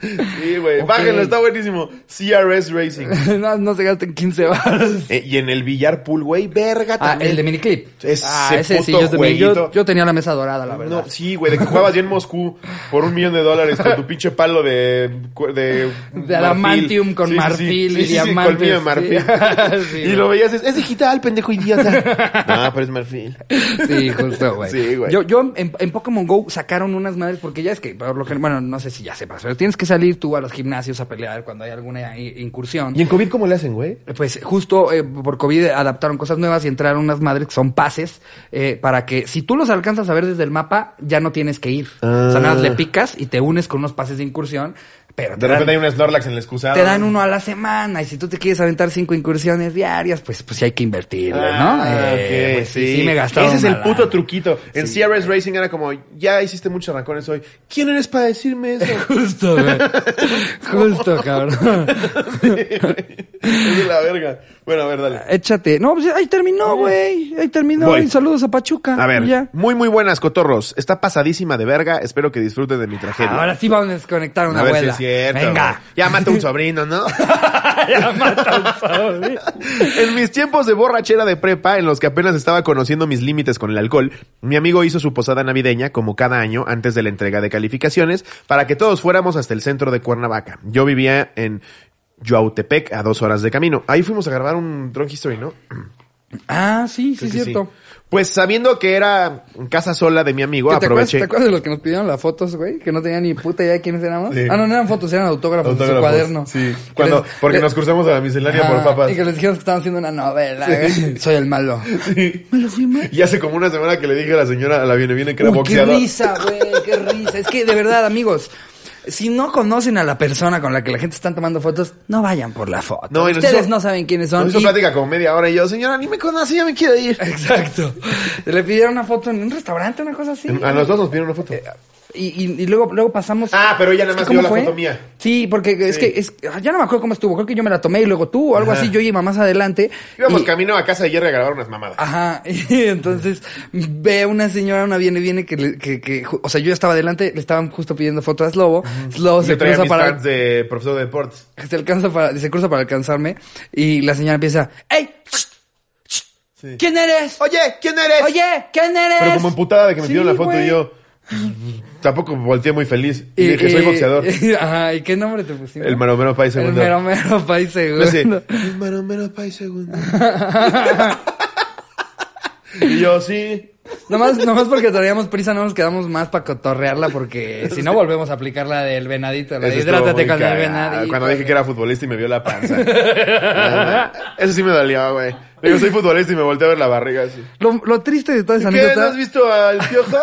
Speaker 1: sí, güey.
Speaker 2: Ok.
Speaker 1: Bájenlo, está buenísimo. CRS Racing.
Speaker 2: no, no se gasten 15 baros.
Speaker 1: Eh, y en el billar pool, güey, verga
Speaker 2: Ah,
Speaker 1: también.
Speaker 2: el de miniclip.
Speaker 1: Ese
Speaker 2: ah,
Speaker 1: puto
Speaker 2: yo, también- yo-
Speaker 1: jueguito.
Speaker 2: yo tenía la mesa dorada, la verdad.
Speaker 1: No, sí, güey, de que jugabas ya en Moscú por un millón de dólares con tu pinche palo de. De, marfil.
Speaker 2: adamantium con marfil y
Speaker 1: sí, sí,
Speaker 2: diamantes,
Speaker 1: colmillo de marfil.
Speaker 2: sí. Sí,
Speaker 1: y
Speaker 2: güey.
Speaker 1: lo veías, es, es digital, pendejo. pendejo idiota. ah, pero es marfil.
Speaker 2: Sí, justo, güey.
Speaker 1: Sí, güey.
Speaker 2: Yo, yo en, en Pokémon Go sacaron unas madres porque ya es que, por lo general, bueno, no sé si ya sepas, pero tienes que salir tú a los gimnasios a pelear cuando hay alguna i- incursión.
Speaker 1: ¿Y en COVID cómo le hacen, güey?
Speaker 2: Pues justo eh, por COVID adaptaron cosas nuevas y entraron unas madres que son pases eh, para que si tú los alcanzas a ver desde el mapa, ya no tienes que ir. O sea, nada más le picas y te unes con unos pases de incursión, pero te
Speaker 1: Ah. De
Speaker 2: dan-
Speaker 1: repente hay un Snorlax en el excusado.
Speaker 2: te dan uno a la semana y si tú te quieres aventar cinco incursiones diarias, pues pues sí hay que invertirle, ¿no?
Speaker 1: Ah,
Speaker 2: Eh,
Speaker 1: ok,
Speaker 2: pues, sí, sí me gastaron.
Speaker 1: Ese es el
Speaker 2: una
Speaker 1: puto
Speaker 2: lana.
Speaker 1: truquito. En CRS Racing era como, ya hiciste muchos arrancones hoy. ¿Quién eres para decirme eso?
Speaker 2: Justo, güey. Justo, cabrón.
Speaker 1: es de la verga. Bueno, a ver, dale.
Speaker 2: Échate. No, pues ahí terminó, güey. Ahí terminó.
Speaker 1: Voy.
Speaker 2: Y saludos a Pachuca.
Speaker 1: A ver,
Speaker 2: Y ya.
Speaker 1: muy muy buenas, cotorros. Está pasadísima de verga. Espero que disfruten de mi tragedia.
Speaker 2: Ahora sí vamos a desconectar a una
Speaker 1: a ver si
Speaker 2: abuela.
Speaker 1: es cierto.
Speaker 2: Venga.
Speaker 1: güey. Ya mata un sobrino, ¿no?
Speaker 2: Ya mata un zombie.
Speaker 1: en mis tiempos de borrachera de prepa, en los que apenas estaba conociendo mis límites con el alcohol, mi amigo hizo su posada navideña, como cada año, antes de la entrega de calificaciones, para que todos fuéramos hasta el centro de Cuernavaca. Yo vivía en Yautepec, a dos horas de camino. Ahí fuimos a grabar un Drunk History, ¿no?
Speaker 2: Ah, sí, sí,
Speaker 1: Creo
Speaker 2: es
Speaker 1: que
Speaker 2: cierto.
Speaker 1: Pues sabiendo que era casa sola de mi amigo,
Speaker 2: ¿Qué ¿Te, acuerdas,
Speaker 1: aproveché.
Speaker 2: ¿Te acuerdas de los que nos pidieron las fotos, güey? Que no tenían ni puta idea de quiénes éramos.
Speaker 1: Sí.
Speaker 2: Ah, no, no eran fotos, eran autógrafos, de su
Speaker 1: Autógrafos,
Speaker 2: cuaderno.
Speaker 1: Sí.
Speaker 2: Que
Speaker 1: Cuando,
Speaker 2: les-
Speaker 1: porque
Speaker 2: le-
Speaker 1: nos cruzamos a la miscelánea
Speaker 2: Ajá,
Speaker 1: por papas.
Speaker 2: Y que les dijeron que estaban haciendo una novela. güey. Soy el malo. ¿Me lo firmé?
Speaker 1: Y hace como una semana que le dije a la señora, a la viene viene que era
Speaker 2: Uy, qué
Speaker 1: boxeadora.
Speaker 2: risa, güey, qué risa. Es que de verdad, amigos, si no conocen a la persona con la que la gente está tomando fotos, no vayan por la foto.
Speaker 1: No, y nos
Speaker 2: Ustedes
Speaker 1: hizo-
Speaker 2: no saben quiénes
Speaker 1: Nos
Speaker 2: son.
Speaker 1: hizo
Speaker 2: y-
Speaker 1: plática como media hora y yo, señora, ni me conoce, ya me quiero ir.
Speaker 2: Exacto. Le pidieron una foto en un restaurante, una cosa así.
Speaker 1: A nosotros nos pidieron una foto.
Speaker 2: Eh, Y, y- y luego, luego pasamos.
Speaker 1: Ah, pero ella nada
Speaker 2: Es que
Speaker 1: más vio
Speaker 2: ¿cómo
Speaker 1: la
Speaker 2: fue?
Speaker 1: foto mía.
Speaker 2: Sí, porque es
Speaker 1: Sí.
Speaker 2: que es- ah, ya no me acuerdo cómo estuvo. Creo que yo me la tomé y luego tú o algo
Speaker 1: Ajá.
Speaker 2: así. Yo iba más adelante.
Speaker 1: Íbamos
Speaker 2: y- Ah,
Speaker 1: camino a casa de Jerry a grabar unas mamadas.
Speaker 2: Ajá, y entonces ve a una señora, una viene, viene, que, le- que, que, ju- o sea, yo estaba adelante, le estaban justo pidiendo fotos a Slobo,
Speaker 1: Y
Speaker 2: Slobo
Speaker 1: yo
Speaker 2: oh, se
Speaker 1: traía
Speaker 2: cruza
Speaker 1: mis
Speaker 2: para,
Speaker 1: pants de profesor de deportes.
Speaker 2: se alcanza para, se cruza para alcanzarme, y la señora empieza, ¡Ey!
Speaker 1: Sí.
Speaker 2: ¿Quién eres?
Speaker 1: Oye, ¿quién eres?
Speaker 2: Oye, ¿quién eres?
Speaker 1: Pero como emputada de que me
Speaker 2: Sí,
Speaker 1: pidieron la foto
Speaker 2: güey.
Speaker 1: y yo tampoco volteé muy feliz. Y, dije, soy
Speaker 2: y-
Speaker 1: boxeador.
Speaker 2: ajá, ¿y qué nombre te pusimos?
Speaker 1: el maromero país
Speaker 2: El
Speaker 1: segundo. Pues
Speaker 2: Meromero País
Speaker 1: Me
Speaker 2: Segundo.
Speaker 1: dice, el maromero país segundo. y yo, sí.
Speaker 2: Nomás, nomás porque traíamos prisa, no nos quedamos más para cotorrearla, porque si no volvemos a aplicar la del venadito, la de
Speaker 1: Eso estuvo
Speaker 2: hidrátate
Speaker 1: muy
Speaker 2: con el
Speaker 1: cagado,
Speaker 2: venadito.
Speaker 1: Cuando dije que era futbolista y me vio la panza. Ah, Eso sí me dolió, güey. Digo, soy futbolista y me volteé a ver la barriga así.
Speaker 2: Lo, lo triste de toda esa
Speaker 1: ¿Qué? ¿No
Speaker 2: anécdota,
Speaker 1: has visto al piojo?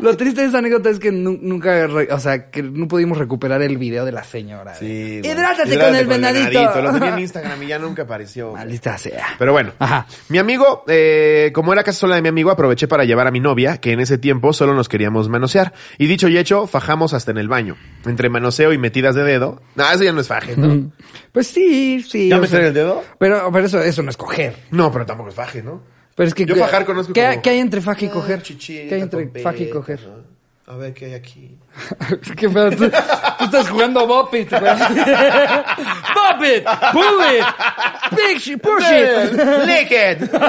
Speaker 2: lo triste de esa anécdota es que nu- nunca, re- o sea, que no pudimos recuperar el video de la señora.
Speaker 1: Sí,
Speaker 2: güey.
Speaker 1: güey.
Speaker 2: Hidrátate, con el venadito.
Speaker 1: Lo tenía en Instagram y ya nunca apareció. güey.
Speaker 2: Maldita sea.
Speaker 1: Pero bueno,
Speaker 2: Ajá.
Speaker 1: mi amigo, eh, como era casa sola de mi amigo, aproveché para llevar a mi novia, que en ese tiempo solo nos queríamos manosear. Y dicho y hecho, fajamos hasta en el baño. Entre manoseo y metidas de dedo. No, eso ya no es faje, ¿no?
Speaker 2: Pues sí, sí.
Speaker 1: ¿Ya
Speaker 2: o
Speaker 1: meter
Speaker 2: sea,
Speaker 1: el dedo?
Speaker 2: Pero, pero eso, eso no es coger.
Speaker 1: No, pero tampoco es faje, ¿no?
Speaker 2: Pero es que,
Speaker 1: Yo fajar conozco
Speaker 2: ¿qué,
Speaker 1: como-
Speaker 2: ¿Qué hay entre faje y coger?
Speaker 1: Ah, chichita
Speaker 2: ¿Qué hay entre
Speaker 1: con peta,
Speaker 2: faje y coger?
Speaker 1: ¿no? A ver qué hay aquí.
Speaker 2: ¿Qué pedo? Tú, tú estás jugando Bop It, güey. Bop It, Pull It, Push It, Push It.
Speaker 1: Lick it.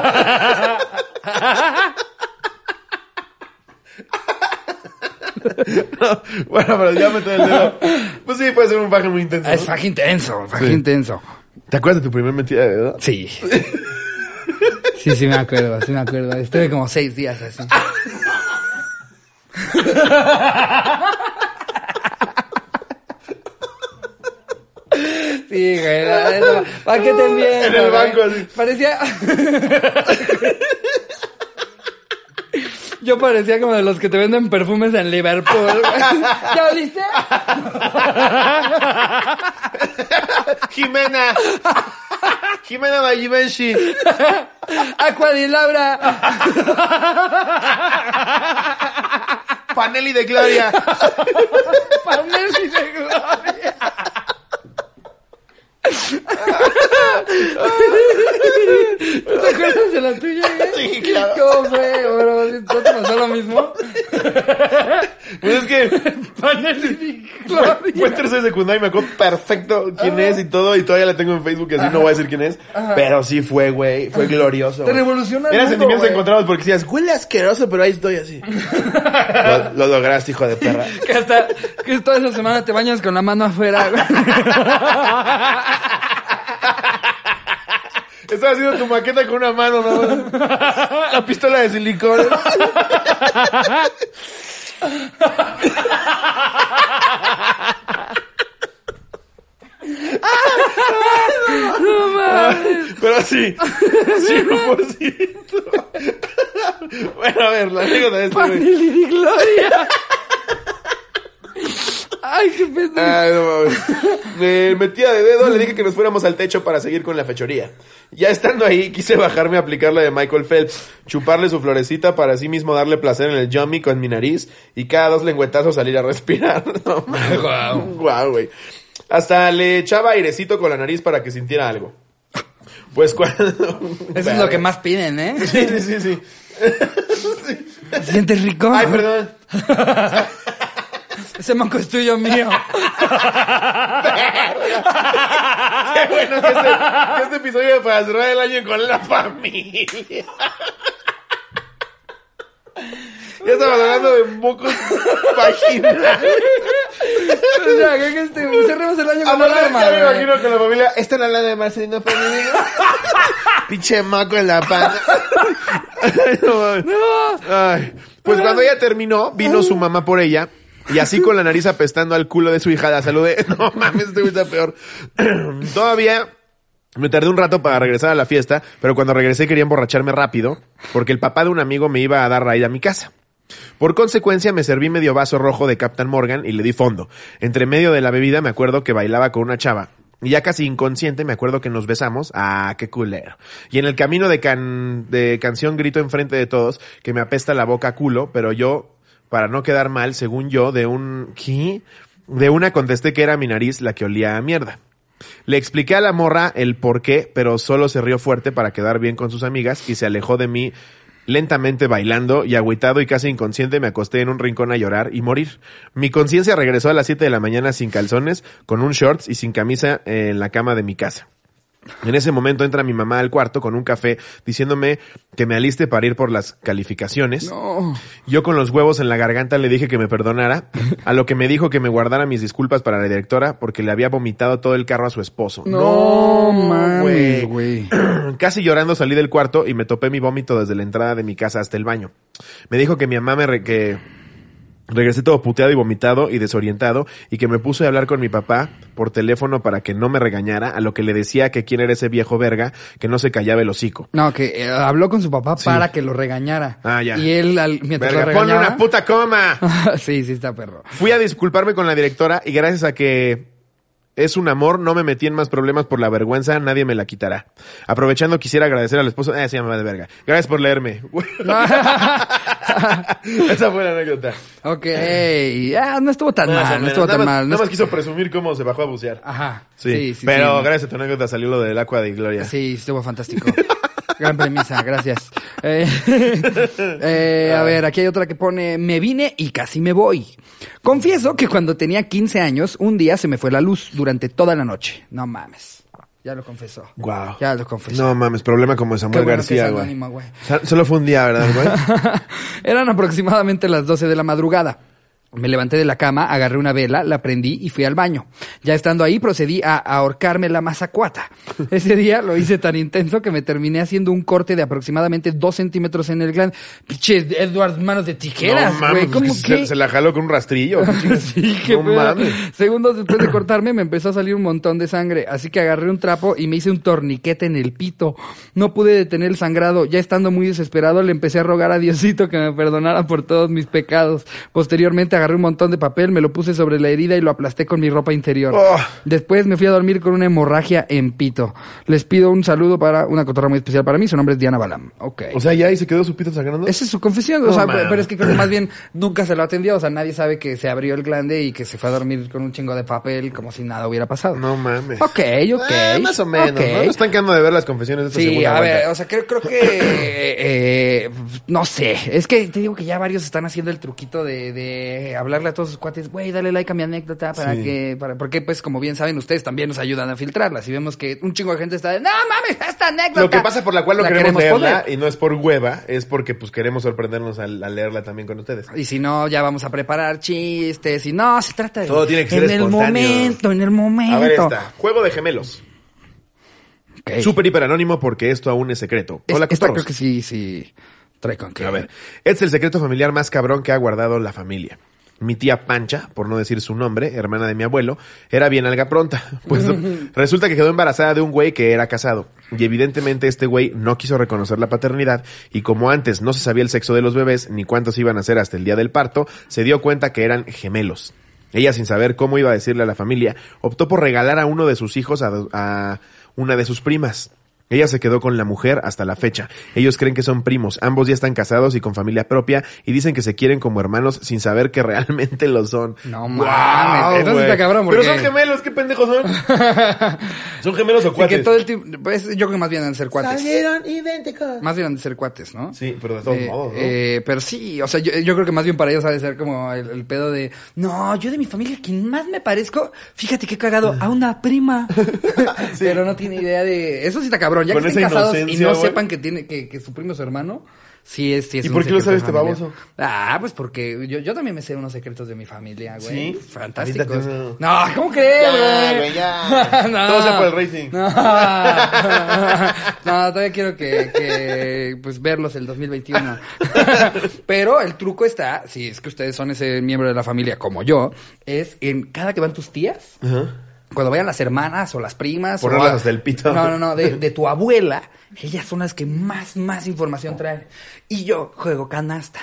Speaker 1: No, bueno, pero ya meter el dedo. Pues sí, puede ser un faje muy intenso.
Speaker 2: Es
Speaker 1: ¿no?
Speaker 2: faje intenso, faje
Speaker 1: Sí.
Speaker 2: intenso.
Speaker 1: ¿Te acuerdas de tu primer mentira de dedo?
Speaker 2: Sí. Sí, sí me acuerdo, sí me acuerdo. Estuve como seis días así. Sí, güey. la neta, ¿Para qué te miento?
Speaker 1: En el
Speaker 2: güey?
Speaker 1: banco, así.
Speaker 2: Parecía... Yo parecía como de los que te venden perfumes en Liverpool. güey. ¿Ya oliste?
Speaker 1: Jimena. Jimena Bajibenshi.
Speaker 2: Aqua di Laura.
Speaker 1: Panelli de Gloria.
Speaker 2: Panel y de gloria. ¿Tú te acuerdas de la tuya, güey?
Speaker 1: Sí, claro.
Speaker 2: ¿Cómo fue, bro? ¿No te pasó lo mismo?
Speaker 1: Pues es que
Speaker 2: Panel y de gloria.
Speaker 1: fue en tercero de secundaria y me acuerdo perfecto quién es y todo. Y todavía la tengo en Facebook, así no voy a decir quién es. Pero sí fue, güey. Fue glorioso.
Speaker 2: Te
Speaker 1: güey.
Speaker 2: revoluciona el
Speaker 1: Eran
Speaker 2: mundo,
Speaker 1: sentimientos
Speaker 2: güey.
Speaker 1: encontrados porque decías, huele asqueroso, pero ahí estoy así. lo, lo lograste, hijo de perra.
Speaker 2: Que hasta que toda esa semana te bañas con la mano afuera, güey.
Speaker 1: Estaba haciendo tu maqueta con una mano, ¿no? La pistola de silicona. Pero sí, 100%. Bueno, a ver, la anécdota de este güey.
Speaker 2: Panel y Di Gloria. Ay, qué pendejo.
Speaker 1: Ay, no mames. Me metía de dedo, le dije que nos fuéramos al techo para seguir con la fechoría. Ya estando ahí, quise bajarme a aplicar la de Michael Phelps, chuparle su florecita para así mismo darle placer en el yummy con mi nariz y cada dos lengüetazos salir a respirar. No mames.
Speaker 2: Guau.
Speaker 1: Guau, güey. Hasta le echaba airecito con la nariz para que sintiera algo. Pues cuando...
Speaker 2: Eso es lo que más piden, ¿eh?
Speaker 1: Sí, sí, sí, sí.
Speaker 2: ¿Sientes rico?
Speaker 1: Ay, perdón.
Speaker 2: Ese manco es tuyo mío.
Speaker 1: Qué bueno que este, que este episodio es para cerrar el año con la familia. Ya estamos hablando de mocos vaginales.
Speaker 2: O sea, que que este, cerremos el año con
Speaker 1: Aparte,
Speaker 2: alarma,
Speaker 1: ya me
Speaker 2: güey.
Speaker 1: imagino que la familia. Esta es la lana de Marcelino Familia. Pinche moco en la panza. Ay, no mames. Ay, pues cuando ella terminó, vino su mamá por ella. Y así con la nariz apestando al culo de su hija, la saludé. No mames, este güey está peor. Todavía me tardé un rato para regresar a la fiesta, pero cuando regresé quería emborracharme rápido, porque el papá de un amigo me iba a dar raid a mi casa. Por consecuencia me serví medio vaso rojo de Captain Morgan y le di fondo. Entre medio de la bebida me acuerdo que bailaba con una chava. Y ya casi inconsciente me acuerdo que nos besamos. Ah, qué culero. Y en el camino de, can- de canción grito enfrente de todos que me apesta la boca a culo, pero yo, para no quedar mal, según yo, de un... ¿Qué? De una contesté que era mi nariz la que olía a mierda. Le expliqué a la morra el por qué, pero solo se rió fuerte para quedar bien con sus amigas y se alejó de mí lentamente bailando y agüitado y casi inconsciente me acosté en un rincón a llorar y morir. Mi conciencia regresó a las 7 de la mañana sin calzones, con un shorts y sin camisa en la cama de mi casa. En ese momento entra mi mamá al cuarto con un café diciéndome que me aliste para ir por las calificaciones.
Speaker 2: No.
Speaker 1: Yo con los huevos en la garganta le dije que me perdonara, a lo que me dijo que me guardara mis disculpas para la directora porque le había vomitado todo el carro a su esposo.
Speaker 2: No,
Speaker 1: güey.
Speaker 2: mames, güey.
Speaker 1: Casi llorando salí del cuarto y me topé mi vómito desde la entrada de mi casa hasta el baño. Me dijo que mi mamá me re- que regresé todo puteado y vomitado y desorientado y que me puse a hablar con mi papá por teléfono para que no me regañara, a lo que le decía que quién era ese viejo verga que no se callaba el hocico.
Speaker 2: No, que eh, habló con su papá para que lo regañara.
Speaker 1: Ah, ya.
Speaker 2: Y él, al- mientras
Speaker 1: Verga,
Speaker 2: lo
Speaker 1: ponle
Speaker 2: regañaba...
Speaker 1: una puta coma.
Speaker 2: sí, sí está perro.
Speaker 1: Fui a disculparme con la directora y gracias a que es un amor, no me metí en más problemas por la vergüenza, nadie me la quitará. Aprovechando, quisiera agradecer al esposo. Eh, sí, me va de verga. Gracias por leerme. Esa fue la anécdota.
Speaker 2: Ok. Ah, no estuvo tan
Speaker 1: Más o
Speaker 2: mal, no
Speaker 1: menos.
Speaker 2: estuvo
Speaker 1: Nada
Speaker 2: tan
Speaker 1: más-
Speaker 2: mal. No
Speaker 1: Nada más
Speaker 2: es- Ah,
Speaker 1: quiso presumir cómo se bajó a bucear.
Speaker 2: Ajá.
Speaker 1: Sí, pero gracias a tu anécdota salió lo del agua de Gloria.
Speaker 2: Sí, estuvo fantástico. Gran premisa, gracias. Eh, eh, a ver, aquí hay otra que pone, me vine y casi me voy. Confieso que cuando tenía 15 años, un día se me fue la luz durante toda la noche. No mames. Ya lo confesó.
Speaker 1: Guau.
Speaker 2: Ya lo confesó.
Speaker 1: No mames, problema como
Speaker 2: Qué
Speaker 1: Samuel
Speaker 2: bueno que
Speaker 1: García,
Speaker 2: es
Speaker 1: güey.
Speaker 2: anónimo, güey.
Speaker 1: Sa- Solo fue un día, ¿verdad, güey?
Speaker 2: Eran aproximadamente las 12 de la madrugada. Me levanté de la cama, agarré una vela, la prendí y fui al baño. Ya estando ahí procedí a ahorcarme la mazacuata. Ese día lo hice tan intenso que me terminé haciendo un corte de aproximadamente dos centímetros en el glande. Piche, Edward, manos de tijeras,
Speaker 1: no
Speaker 2: güey.
Speaker 1: mames, pues,
Speaker 2: ¿Cómo
Speaker 1: se-
Speaker 2: que?
Speaker 1: Se, la jaló con un rastrillo.
Speaker 2: Sí, qué
Speaker 1: no
Speaker 2: pedo.
Speaker 1: mames.
Speaker 2: Segundos después de cortarme me empezó a salir un montón de sangre, así que agarré un trapo y me hice un torniquete en el pito. No pude detener el sangrado, ya estando muy desesperado le empecé a rogar a Diosito que me perdonara por todos mis pecados. Posteriormente agarré un montón de papel, me lo puse sobre la herida y lo aplasté con mi ropa interior.
Speaker 1: Oh.
Speaker 2: Después me fui a dormir con una hemorragia en pito. Les pido un saludo para una cotorra muy especial para mí, su nombre es Diana Balam. Ok.
Speaker 1: O sea, ya ahí se quedó su pito sangrando.
Speaker 2: Esa es su confesión, o
Speaker 1: No
Speaker 2: sea,
Speaker 1: mames.
Speaker 2: pero es que creo que más bien nunca se lo atendió, o sea, nadie sabe que se abrió el glande y que se fue a dormir con un chingo de papel como si nada hubiera pasado.
Speaker 1: No mames.
Speaker 2: Ok, ok.
Speaker 1: Ah, más o menos.
Speaker 2: ok.
Speaker 1: ¿no? Nos están quedando de ver las confesiones de esta
Speaker 2: Sí,
Speaker 1: segunda
Speaker 2: a
Speaker 1: vuelta.
Speaker 2: ver, o sea, creo, creo que... eh, eh, no sé, es que te digo que ya varios están haciendo el truquito de, de hablarle a todos sus cuates, güey, dale like a mi anécdota para
Speaker 1: Sí.
Speaker 2: que... Para, porque, pues, como bien saben, ustedes también nos ayudan a filtrarlas y vemos que un chingo de gente está de, no mames, esta anécdota.
Speaker 1: Lo que pasa por la cual no queremos,
Speaker 2: poner".
Speaker 1: leerla, y no es por hueva, es porque pues queremos sorprendernos al, al leerla también con ustedes.
Speaker 2: Y si no, ya vamos a preparar chistes. Y no, se trata de.
Speaker 1: Todo tiene que
Speaker 2: en
Speaker 1: ser
Speaker 2: el
Speaker 1: espontáneo.
Speaker 2: momento, en el momento.
Speaker 1: A ver esta. Juego de gemelos.
Speaker 2: Ok.
Speaker 1: Súper hiper anónimo porque esto aún es secreto.
Speaker 2: Es-
Speaker 1: Hola,
Speaker 2: esta
Speaker 1: cotorros.
Speaker 2: creo que sí, sí. Trae con que.
Speaker 1: A ver, es el secreto familiar más cabrón que ha guardado la familia. Mi tía Pancha, por no decir su nombre, hermana de mi abuelo, era bien alga pronta. Pues resulta que quedó embarazada de un güey que era casado. Y evidentemente este güey no quiso reconocer la paternidad. Y como antes no se sabía el sexo de los bebés, ni cuántos iban a ser hasta el día del parto, se dio cuenta que eran gemelos. Ella, sin saber cómo iba a decirle a la familia, optó por regalar a uno de sus hijos a, a una de sus primas. Ella se quedó con la mujer hasta la fecha. Ellos creen que son primos, ambos ya están casados y con familia propia y dicen que se quieren como hermanos sin saber que realmente lo son.
Speaker 2: No
Speaker 1: ¡Guau,
Speaker 2: mames, entonces
Speaker 1: güey!
Speaker 2: está cabrón,
Speaker 1: Pero
Speaker 2: porque-
Speaker 1: son gemelos, qué pendejos son. son gemelos o
Speaker 2: Y que
Speaker 1: cuates.
Speaker 2: todo el tiempo. Pues yo creo que más bien han de ser cuates.
Speaker 1: Salieron idénticos.
Speaker 2: Más bien han de ser cuates, ¿no?
Speaker 1: Sí, pero de todos
Speaker 2: Eh,
Speaker 1: modos, ¿no?
Speaker 2: eh, pero sí, o sea, yo, yo creo que más bien para ellos ha de ser como el, el pedo de, no, yo de mi familia, quien más me parezco, fíjate que he cagado a una prima. Pero no tiene idea de, eso sí está cabrón, ya
Speaker 1: Con
Speaker 2: que estén
Speaker 1: esa
Speaker 2: casados y
Speaker 1: inocencia,
Speaker 2: no
Speaker 1: güey.
Speaker 2: sepan que tiene, que, que su primo es su hermano. Sí, es, sí es
Speaker 1: ¿Y
Speaker 2: un
Speaker 1: por qué lo
Speaker 2: secreto
Speaker 1: sabe este
Speaker 2: familiar.
Speaker 1: baboso?
Speaker 2: Ah, pues porque yo, yo también me sé unos secretos de mi familia, güey.
Speaker 1: ¿Sí?
Speaker 2: Fantásticos.
Speaker 1: Aviéntate uno.
Speaker 2: No, ¿cómo crees,
Speaker 1: Ya,
Speaker 2: güey?
Speaker 1: güey, ya.
Speaker 2: No.
Speaker 1: Todo sea por el racing.
Speaker 2: No, no todavía quiero que, que, pues verlos el 2021. Pero el truco está, si es que ustedes son ese miembro de la familia como yo, es en cada que van tus tías, cuando vayan las hermanas o las primas. o
Speaker 1: Ponerlas
Speaker 2: a-
Speaker 1: hasta el pito.
Speaker 2: No, no, no, de, de tu abuela, ellas son las que más, más información traen. Y yo juego canasta.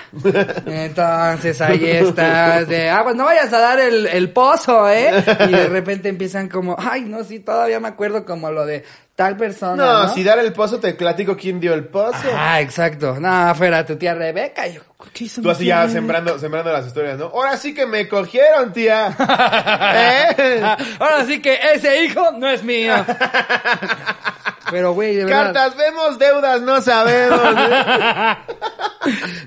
Speaker 2: Entonces ahí estás de, ah, pues no vayas a dar el, el pozo, ¿eh? Y de repente empiezan como, ay, no, sí, todavía me acuerdo como lo de tal persona.
Speaker 1: No,
Speaker 2: No,
Speaker 1: si dar el pozo te platico quién dio el pozo.
Speaker 2: Ah, exacto. No, fuera tu tía Rebeca. Y yo, ¿qué hizo
Speaker 1: Tú
Speaker 2: mi
Speaker 1: así
Speaker 2: tía
Speaker 1: ya
Speaker 2: Rebeca?
Speaker 1: sembrando, sembrando las historias, ¿no? Ahora sí que me cogieron, tía. ¿Eh?
Speaker 2: Ah, Ahora sí que ese hijo no es mío. Pero, güey, de verdad.
Speaker 1: Cartas vemos, deudas no sabemos.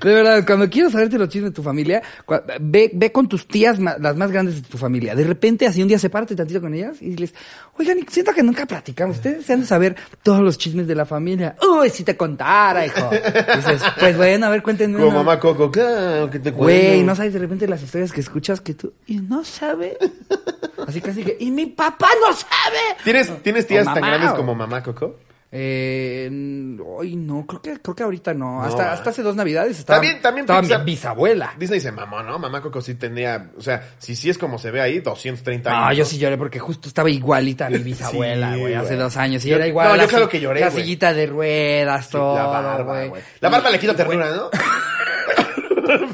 Speaker 2: De verdad, cuando quieras saberte los chismes de tu familia, cua- ve, ve con tus tías, ma- las más grandes de tu familia. De repente, así un día, sepárate tantito con ellas y diles, oigan, y siento que nunca platicamos. Ustedes se han de saber todos los chismes de la familia. Uy, si te contara, hijo. Y dices, pues bueno, a ver, cuéntenme.
Speaker 1: Como
Speaker 2: una".
Speaker 1: mamá Coco, claro que te
Speaker 2: Güey,
Speaker 1: cuento.
Speaker 2: no sabes de repente las historias que escuchas que tú, y no sabes. Así casi que, y mi papá no sabe.
Speaker 1: ¿Tienes, ¿Tienes tías
Speaker 2: O mamá,
Speaker 1: tan grandes
Speaker 2: o-
Speaker 1: como mamá Coco?
Speaker 2: Eh, n- hoy no, creo que, creo que ahorita no. hasta,
Speaker 1: ¿verdad?
Speaker 2: hasta hace dos navidades estaba,
Speaker 1: También- también
Speaker 2: estaba
Speaker 1: Pixar-
Speaker 2: mi bisabuela.
Speaker 1: Disney se mamó, ¿no? Mamá Coco sí tenía, o sea, si sí es como se ve ahí, 230 años.
Speaker 2: No,
Speaker 1: ¿no?
Speaker 2: Ah, yo sí lloré porque justo estaba igualita a mi bisabuela,
Speaker 1: Sí,
Speaker 2: güey, hace
Speaker 1: güey.
Speaker 2: dos años. Y
Speaker 1: Yo-
Speaker 2: era igual.
Speaker 1: no, yo
Speaker 2: la
Speaker 1: claro
Speaker 2: si-
Speaker 1: que lloré,
Speaker 2: La
Speaker 1: güey.
Speaker 2: sillita de ruedas,
Speaker 1: Sí, La
Speaker 2: todo,
Speaker 1: barba,
Speaker 2: güey.
Speaker 1: güey. La barba le quita ternura, ¿no?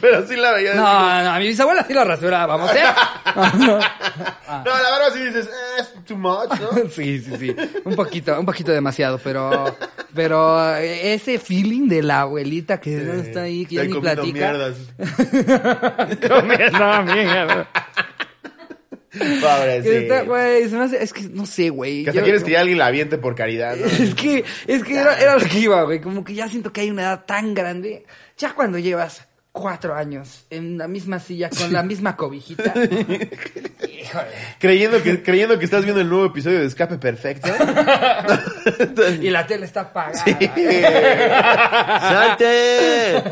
Speaker 1: Pero sí la veía.
Speaker 2: No, no, a mi bisabuela sí la rasuraba, vamos, ¿eh? No,
Speaker 1: No, la barba sí dices, eh, es too much, ¿no?
Speaker 2: no. Sí, sí, sí. Un poquito, un poquito demasiado, pero. Pero ese feeling de la abuelita que no está ahí, que ya
Speaker 1: Estoy
Speaker 2: ni
Speaker 1: comiendo
Speaker 2: platica.
Speaker 1: mierdas.
Speaker 2: No, mierda.
Speaker 1: Pobre,
Speaker 2: Que
Speaker 1: sí.
Speaker 2: está, güey, se me hace- es que no sé, güey.
Speaker 1: Que hasta
Speaker 2: yo-
Speaker 1: quieres que ya alguien la aviente por caridad, ¿no?
Speaker 2: Es que, es que era, era lo que iba, güey. Como que ya siento que hay una edad tan grande. Ya cuando llevas cuatro años en la misma silla, con la misma cobijita. híjole.
Speaker 1: Creyendo que, creyendo que estás viendo el nuevo episodio de Escape Perfecto.
Speaker 2: Y la tele está apagada.
Speaker 1: ¡Salte!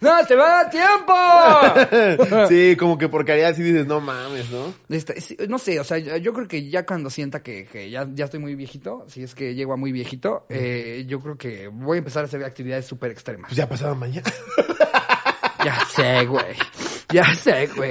Speaker 2: ¡No, se va a dar tiempo!
Speaker 1: Sí, como que por caridad sí dices, no mames, ¿no?
Speaker 2: Esta- sí, no sé, o sea, yo, yo creo que ya cuando sienta que, que ya, ya estoy muy viejito, si es que llego a muy viejito, eh, yo creo que voy a empezar a hacer actividades súper extremas.
Speaker 1: Pues ya pasado mañana.
Speaker 2: Ya sé, güey. Ya sé, güey.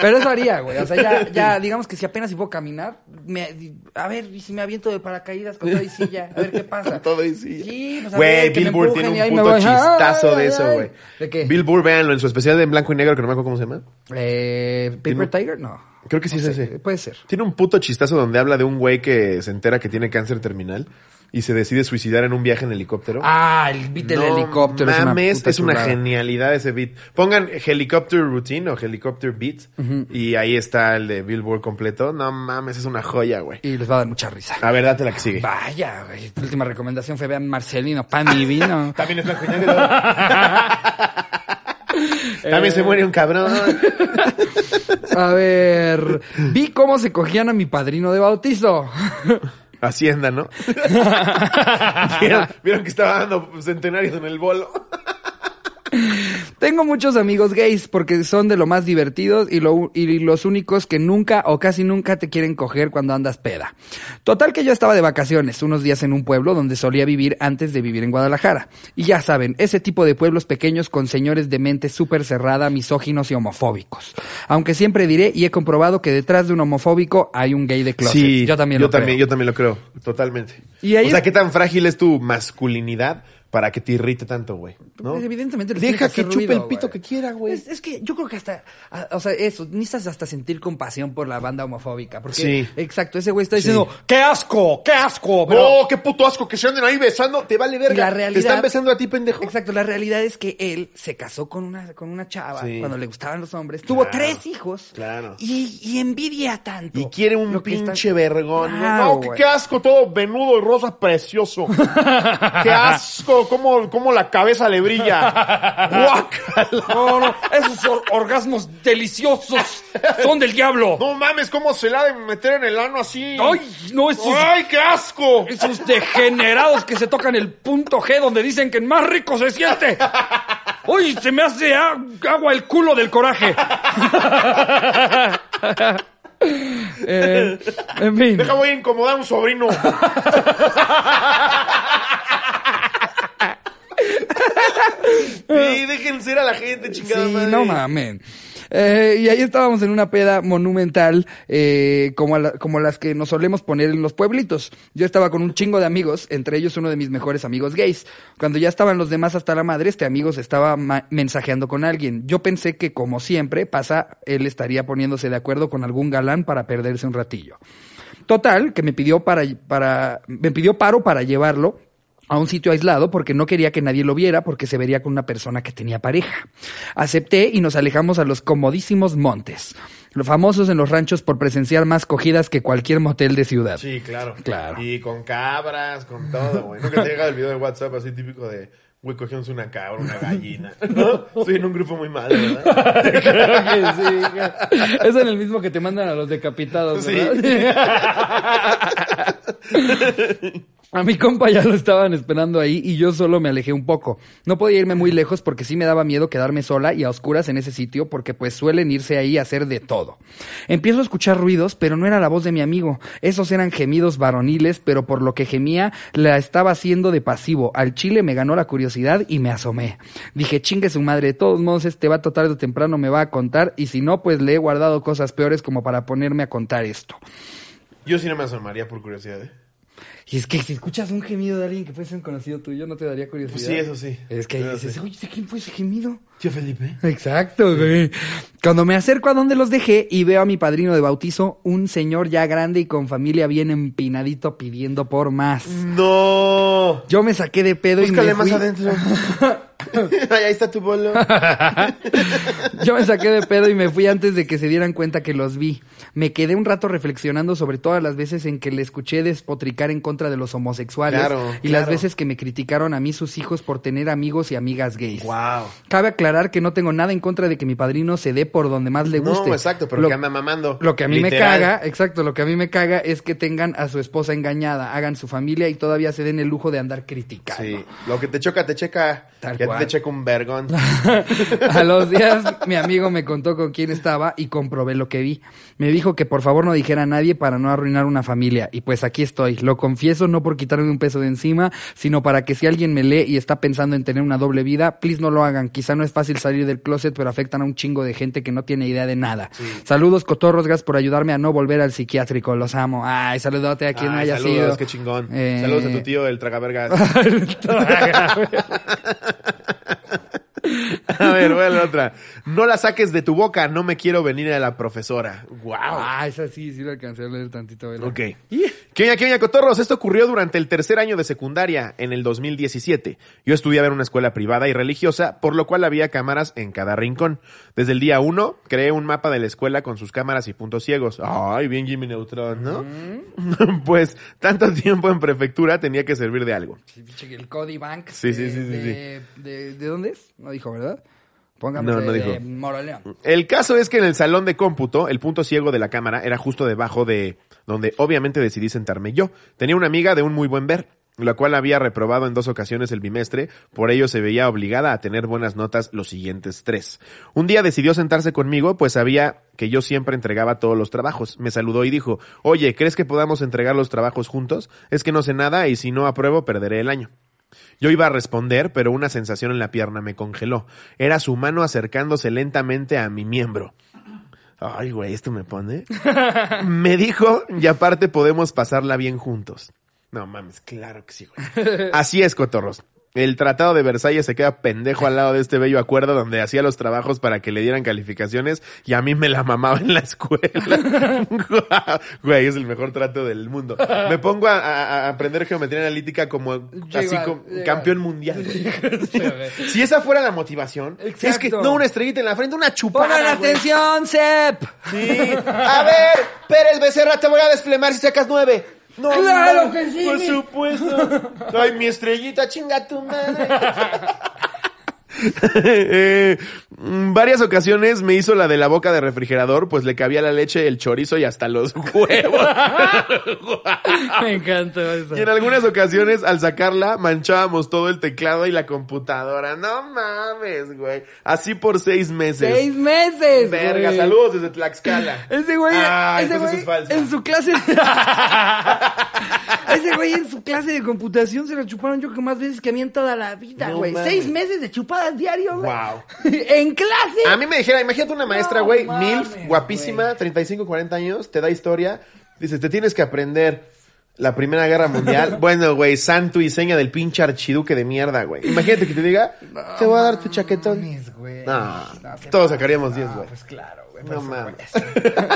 Speaker 2: Pero eso haría, güey. O sea, ya, ya digamos que si apenas si puedo caminar, me, a ver, y si me aviento de paracaídas con todo y silla, a ver qué pasa.
Speaker 1: Con todo y silla.
Speaker 2: Sí, pues a
Speaker 1: Güey,
Speaker 2: ver, que me
Speaker 1: Bill Burr
Speaker 2: empujen y
Speaker 1: tiene
Speaker 2: ahí
Speaker 1: un
Speaker 2: me
Speaker 1: puto
Speaker 2: voy.
Speaker 1: chistazo
Speaker 2: Ay,
Speaker 1: de eso,
Speaker 2: ay,
Speaker 1: güey.
Speaker 2: ¿De qué?
Speaker 1: Bill Burr, véanlo, en su especial de en blanco y negro, que no me acuerdo cómo se llama.
Speaker 2: Eh, Paper Tiger, no.
Speaker 1: Creo que sí
Speaker 2: No
Speaker 1: es
Speaker 2: sé,
Speaker 1: ese.
Speaker 2: Puede ser.
Speaker 1: Tiene un puto chistazo donde habla de un güey que se entera que tiene cáncer terminal y se decide suicidar en un viaje en helicóptero.
Speaker 2: Ah, el beat del
Speaker 1: No
Speaker 2: helicóptero.
Speaker 1: Mames,
Speaker 2: puta
Speaker 1: es una,
Speaker 2: chulada.
Speaker 1: genialidad ese beat. Pongan Helicopter Routine o Helicopter Beat y ahí está el de Billboard completo. No mames, es una joya, güey.
Speaker 2: Y les va a dar mucha risa.
Speaker 1: A ver, date la que sigue.
Speaker 2: Vaya, güey. Tu última recomendación fue vean Marcelino, pan y vino.
Speaker 1: También es blanco y negro. También se muere un cabrón.
Speaker 2: A ver, vi cómo se cogían a mi padrino de bautizo.
Speaker 1: Hacienda, ¿no? ¿Vieron, vieron que estaba dando centenarios en el bolo.
Speaker 2: Tengo muchos amigos gays porque son de lo más divertidos y, lo- y los únicos que nunca o casi nunca te quieren coger cuando andas peda. Total que yo estaba de vacaciones unos días en un pueblo donde solía vivir antes de vivir en Guadalajara. Y ya saben, ese tipo de pueblos pequeños con señores de mente súper cerrada, misóginos y homofóbicos. Aunque siempre diré y he comprobado que detrás de un homofóbico hay un gay de closet. yo también
Speaker 1: yo
Speaker 2: lo creo.
Speaker 1: también, Yo también lo creo, totalmente.
Speaker 2: Y ahí
Speaker 1: o sea,
Speaker 2: es-
Speaker 1: ¿qué tan frágil es tu masculinidad para que te irrite tanto, güey? ¿no?
Speaker 2: Pues, evidentemente le
Speaker 1: Deja
Speaker 2: tienes
Speaker 1: que
Speaker 2: hacer
Speaker 1: chupe
Speaker 2: ruido,
Speaker 1: el pito
Speaker 2: güey.
Speaker 1: que quiera, güey.
Speaker 2: Es, es que yo creo que hasta, a- o sea, eso, necesitas hasta sentir compasión por la banda homofóbica. Porque,
Speaker 1: Sí.
Speaker 2: exacto, ese güey está diciendo, ¡qué asco! ¡Qué asco!
Speaker 1: No, Oh, qué puto asco que se anden ahí besando. Te vale verga.
Speaker 2: Y la realidad.
Speaker 1: Te están besando a ti, pendejo.
Speaker 2: Exacto, la realidad es que él se casó con una, con una chava
Speaker 1: Sí.
Speaker 2: cuando le gustaban los hombres. Tuvo
Speaker 1: Claro,
Speaker 2: tres hijos.
Speaker 1: claro.
Speaker 2: Y, y envidia tanto.
Speaker 1: Y quiere un
Speaker 2: lo que está-
Speaker 1: pinche vergón.
Speaker 2: Claro,
Speaker 1: no, que
Speaker 2: güey.
Speaker 1: qué asco, todo venudo y rosa precioso. qué asco, cómo, cómo la cabeza le brilla. Guácala.
Speaker 4: No, no, esos or- orgasmos deliciosos son del diablo.
Speaker 1: No mames, cómo se la ha de meter en el ano así.
Speaker 4: Ay, no, esos,
Speaker 1: ¡Ay, qué asco!
Speaker 4: esos degenerados que se tocan el punto G donde dicen que más rico se siente. Uy, se me hace a- agua el culo del coraje.
Speaker 2: Eh, en fin.
Speaker 1: Deja, voy a incomodar a un sobrino. Sí, dejen ser a la gente, chingada
Speaker 2: Sí,
Speaker 1: madre.
Speaker 2: no mamen. Eh, y ahí estábamos en una peda monumental, eh, como, a la- como las que nos solemos poner en los pueblitos. Yo estaba con un chingo de amigos, entre ellos uno de mis mejores amigos gays. Cuando ya estaban los demás hasta la madre, este amigo se estaba ma- mensajeando con alguien. Yo pensé que, como siempre pasa, él estaría poniéndose de acuerdo con algún galán para perderse un ratillo. Total, que me pidió para, para, me pidió paro para llevarlo a un sitio aislado porque no quería que nadie lo viera porque se vería con una persona que tenía pareja. Acepté y nos alejamos a los comodísimos montes, los famosos en los ranchos por presenciar más cogidas que cualquier motel de ciudad.
Speaker 1: Sí, claro.
Speaker 2: Claro.
Speaker 1: Y con cabras, con todo, güey. Nunca te llega el video de WhatsApp así típico de, güey, cogemos una cabra, una gallina. ¿No? Estoy en un grupo muy malo, ¿verdad?
Speaker 2: es en el mismo que te mandan a los decapitados,
Speaker 1: Sí.
Speaker 2: A mi compa ya lo estaban esperando ahí y yo solo me alejé un poco. No podía irme muy lejos porque sí me daba miedo quedarme sola y a oscuras en ese sitio porque pues suelen irse ahí a hacer de todo. Empiezo a escuchar ruidos, pero no era la voz de mi amigo. Esos eran gemidos varoniles, pero por lo que gemía la estaba haciendo de pasivo. Al chile me ganó la curiosidad y me asomé. Dije, chingue su madre, de todos modos este vato tarde o temprano me va a contar y si no, pues le he guardado cosas peores como para ponerme a contar esto.
Speaker 1: Yo sí no me asomaría por curiosidad, ¿eh?
Speaker 2: Y es que si escuchas un gemido de alguien que puede ser un conocido tuyo, no te daría curiosidad.
Speaker 1: Pues sí, eso sí.
Speaker 2: Es que ahí
Speaker 1: Eso
Speaker 2: dices,
Speaker 1: sí.
Speaker 2: oye, ¿de quién fue ese gemido?
Speaker 1: Tío Felipe.
Speaker 2: Exacto, güey. Cuando me acerco a donde los dejé y veo a mi padrino de bautizo, un señor ya grande y con familia bien empinadito pidiendo por más.
Speaker 1: No.
Speaker 2: Yo me saqué de pedo
Speaker 1: Búscale
Speaker 2: y me
Speaker 1: más
Speaker 2: fui.
Speaker 1: adentro. Ay, ahí está tu bolo.
Speaker 2: Yo me saqué de pedo y me fui antes de que se dieran cuenta que los vi. Me quedé un rato reflexionando sobre todas las veces en que le escuché despotricar en contra de los homosexuales
Speaker 1: Claro,
Speaker 2: y las
Speaker 1: claro.
Speaker 2: veces que me criticaron a mí sus hijos por tener amigos y amigas gays.
Speaker 1: Wow.
Speaker 2: Cabe aclarar que no tengo nada en contra de que mi padrino se dé por donde más le guste.
Speaker 1: No, exacto, pero
Speaker 2: Lo-
Speaker 1: que anda mamando.
Speaker 2: Lo que a mí
Speaker 1: Literal.
Speaker 2: me caga, exacto, lo que a mí me caga es que tengan a su esposa engañada, hagan su familia y todavía se den el lujo de andar criticando.
Speaker 1: Sí, lo que te choca, te checa.
Speaker 2: Tal
Speaker 1: ya
Speaker 2: cual.
Speaker 1: te checa un vergón.
Speaker 2: A los días, mi amigo me contó con quién estaba y comprobé lo que vi. Me dijo que por favor no dijera a nadie para no arruinar una familia. Y pues aquí estoy. Lo confieso, no por quitarme un peso de encima, sino para que si alguien me lee y está pensando en tener una doble vida, please no lo hagan. Quizá no es fácil salir del closet, pero afectan a un chingo de gente que no tiene idea de nada. Saludos, cotorros, gracias por ayudarme a no volver al psiquiátrico. Los amo. Ay, saludote a quien
Speaker 1: Ay,
Speaker 2: no haya
Speaker 1: saludos,
Speaker 2: sido.
Speaker 1: qué chingón.
Speaker 2: Eh,
Speaker 1: Saludos a tu tío, el tragavergas. a ver, voy a la otra. No la saques de tu boca, no me quiero venir a la profesora. Wow.
Speaker 2: Ah, esa sí, sí la alcancé a leer tantito. ¿verdad?
Speaker 1: Ok. ¿Qué oña, qué oña, cotorros? Esto ocurrió durante el tercer año de secundaria, en el 2017. Yo estudiaba en una escuela privada y religiosa, por lo cual había cámaras en cada rincón. Desde el día uno, creé un mapa de la escuela con sus cámaras y puntos ciegos. Ay, bien Jimmy Neutron, ¿no? pues, tanto tiempo en prefectura tenía que servir de algo.
Speaker 2: Sí, pinche, El Cody Bank.
Speaker 1: Sí, sí,
Speaker 2: de-
Speaker 1: sí, sí,
Speaker 2: De, de- ¿de dónde es? No dijo, ¿verdad? Póngame
Speaker 1: No, no
Speaker 2: de,
Speaker 1: dijo.
Speaker 2: de Moroleón.
Speaker 1: El caso es que en el salón de cómputo, el punto ciego de la cámara era justo debajo de donde obviamente decidí sentarme yo. Tenía una amiga de un muy buen ver. la cual había reprobado en dos ocasiones el bimestre, por ello se veía obligada a tener buenas notas los siguientes tres. Un día decidió sentarse conmigo, pues sabía que yo siempre entregaba todos los trabajos. Me saludó y dijo, oye, ¿crees que podamos entregar los trabajos juntos? Es que no sé nada y si no apruebo perderé el año. Yo iba a responder, pero una sensación en la pierna me congeló. Era su mano acercándose lentamente a mi miembro. Ay, güey, esto me pone. Me dijo, y aparte podemos pasarla bien juntos. No mames, claro que sí, güey. Así es, cotorros. El Tratado de Versalles se queda pendejo al lado de este bello acuerdo donde hacía los trabajos para que le dieran calificaciones y a mí me la mamaba en la escuela. Guau, güey, es el mejor trato del mundo. Me pongo a, a- a aprender geometría analítica como
Speaker 2: Yo
Speaker 1: así
Speaker 2: igual,
Speaker 1: como
Speaker 2: yo igual.
Speaker 1: campeón mundial. güey.
Speaker 2: Sí, güey.
Speaker 1: Si esa fuera la motivación, es que
Speaker 4: Exacto.
Speaker 1: no una estrellita en la frente, una chupada.
Speaker 2: Pongan
Speaker 1: güey.
Speaker 2: atención, Sep.
Speaker 1: Sí. A ver, Pérez Becerra, te voy a desplemar si sacas nueve. No,
Speaker 2: ¡Claro
Speaker 1: no,
Speaker 2: que sí!
Speaker 1: Por supuesto. Ay, mi estrellita, chinga tu madre. Eh, mm, varias ocasiones me hizo la de la boca de refrigerador, pues le cabía la leche, el chorizo y hasta los huevos.
Speaker 2: Me encanta eso.
Speaker 1: Y en algunas ocasiones, al sacarla, manchábamos todo el teclado y la computadora. No mames, güey. Así por seis meses.
Speaker 2: Seis meses.
Speaker 1: Verga,
Speaker 2: güey.
Speaker 1: saludos desde Tlaxcala.
Speaker 2: Ese güey,
Speaker 1: Ah,
Speaker 2: ese
Speaker 1: entonces
Speaker 2: güey
Speaker 1: es falsa.
Speaker 2: en su clase. ese güey en su clase de computación se la chuparon yo que más veces que a mí en toda la vida,
Speaker 1: No
Speaker 2: güey.
Speaker 1: mames.
Speaker 2: Seis meses de chupadas diario, güey.
Speaker 1: Wow.
Speaker 2: en clase.
Speaker 1: A mí me dijera, imagínate una maestra,
Speaker 2: No
Speaker 1: güey,
Speaker 2: mames,
Speaker 1: MILF, guapísima, 35, 40 años, te da historia, dices, te tienes que aprender la Primera Guerra Mundial. bueno, güey, santo y seña del pinche archiduque de mierda, güey. Imagínate que te diga, te voy a dar tu chaquetón.
Speaker 2: Mames, güey.
Speaker 1: No,
Speaker 2: qué
Speaker 1: todos
Speaker 2: padre.
Speaker 1: sacaríamos 10,
Speaker 2: Ah,
Speaker 1: güey.
Speaker 2: Pues claro, güey.
Speaker 1: No
Speaker 2: por
Speaker 1: mames.
Speaker 2: supuesto.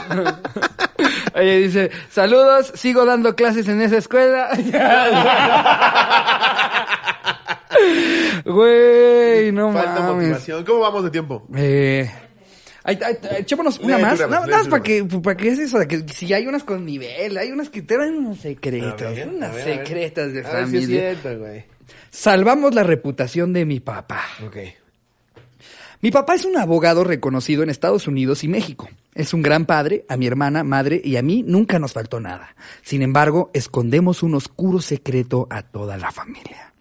Speaker 2: Oye, dice, saludos, sigo dando clases en esa escuela. Güey, no
Speaker 1: Falta
Speaker 2: mames.
Speaker 1: motivación. ¿Cómo vamos de tiempo?
Speaker 2: Eh, ay, ay, ay, echémonos una
Speaker 1: Lee,
Speaker 2: más.
Speaker 1: tú una
Speaker 2: Nada
Speaker 1: más,
Speaker 2: más
Speaker 1: lee,
Speaker 2: para
Speaker 1: tú
Speaker 2: que, para que es eso, de que si hay unas con nivel, hay unas que traen unos secretos,
Speaker 1: A ver, a
Speaker 2: unas
Speaker 1: ver, a ver.
Speaker 2: secretas de
Speaker 1: A ver si es
Speaker 2: familia.
Speaker 1: cierto, güey.
Speaker 2: Salvamos la reputación de mi papá.
Speaker 1: Ok.
Speaker 2: Mi papá es un abogado reconocido en Estados Unidos y México. Es un gran padre, a mi hermana, madre y a mí nunca nos faltó nada. Sin embargo, escondemos un oscuro secreto a toda la familia.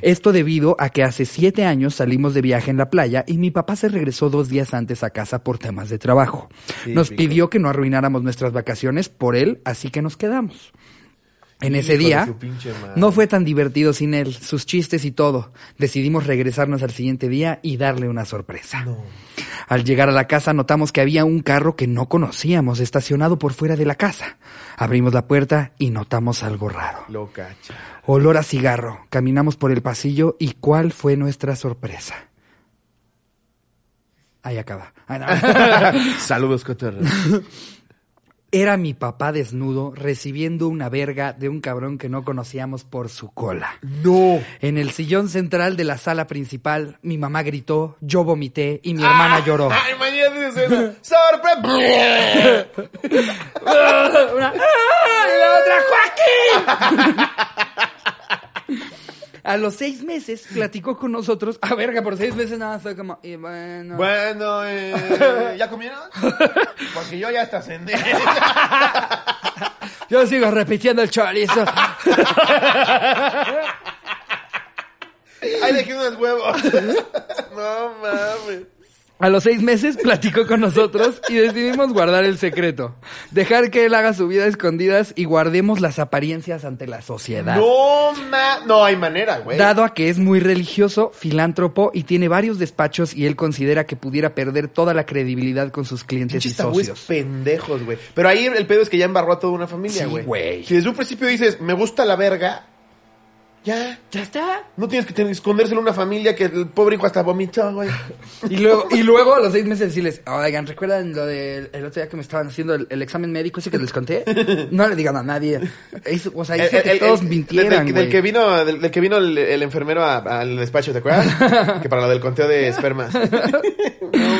Speaker 2: Esto debido a que hace siete años salimos de viaje en la playa y mi papá se regresó dos días antes a casa por temas de trabajo. Nos
Speaker 1: Típico.
Speaker 2: pidió que no arruináramos nuestras vacaciones por él, así que nos quedamos. En ese
Speaker 1: Hijo de
Speaker 2: día
Speaker 1: su pinche madre.
Speaker 2: no fue tan divertido sin él, sus chistes y todo. Decidimos regresarnos al siguiente día y darle una sorpresa. Al llegar a la casa notamos que había un carro que no conocíamos estacionado por fuera de la casa. Abrimos la puerta y notamos algo raro.
Speaker 1: Lo cacha.
Speaker 2: Olor a cigarro. Caminamos por el pasillo y cuál fue nuestra sorpresa. Ahí acaba. Ah, no.
Speaker 1: Saludos, Cotorro.
Speaker 2: Era mi papá desnudo recibiendo una verga de un cabrón que no conocíamos por su cola.
Speaker 1: No.
Speaker 2: En el sillón central de la sala principal, mi mamá gritó, yo vomité y mi hermana lloró.
Speaker 1: Ah, Ay, imagínate esa escena. ¡Sorpresa!
Speaker 2: Una, ¡ah! y la otra, ¡Joaquín! A los seis meses platicó con nosotros. A verga, por seis meses nada, fue como, y bueno.
Speaker 1: Bueno, eh, ¿ya comieron? Porque yo ya hasta cené.
Speaker 2: Yo sigo repitiendo el chorizo.
Speaker 1: Ay, dejé unos huevos. No mames.
Speaker 2: A los seis meses platicó con nosotros y decidimos guardar el secreto. Dejar que él haga su vida a escondidas y guardemos las apariencias ante la sociedad.
Speaker 1: No ma... No hay manera, güey.
Speaker 2: Dado a que es muy religioso, filántropo y tiene varios despachos y él considera que pudiera perder toda la credibilidad con sus clientes
Speaker 1: Pinches
Speaker 2: y socios.
Speaker 1: tabúes pendejos, güey. Pero ahí el pedo es que ya embarró a toda una familia,
Speaker 2: Sí,
Speaker 1: güey.
Speaker 2: güey.
Speaker 1: Si desde un principio dices, me gusta la verga, ya.
Speaker 2: Ya está.
Speaker 1: No tienes que tener- escondérselo a una familia que el pobre hijo hasta vomitó, güey.
Speaker 2: Y luego, y luego a los seis meses decirles, oigan, ¿recuerdan lo del el otro día que me estaban haciendo el, el examen médico ese que les conté? No le digan a nadie. Es- o sea, hizo que todos
Speaker 1: el-
Speaker 2: mintieran,
Speaker 1: del, del
Speaker 2: güey.
Speaker 1: que vino, del, del que vino el, el enfermero a- al despacho, ¿te acuerdas? que para lo del conteo de espermas. no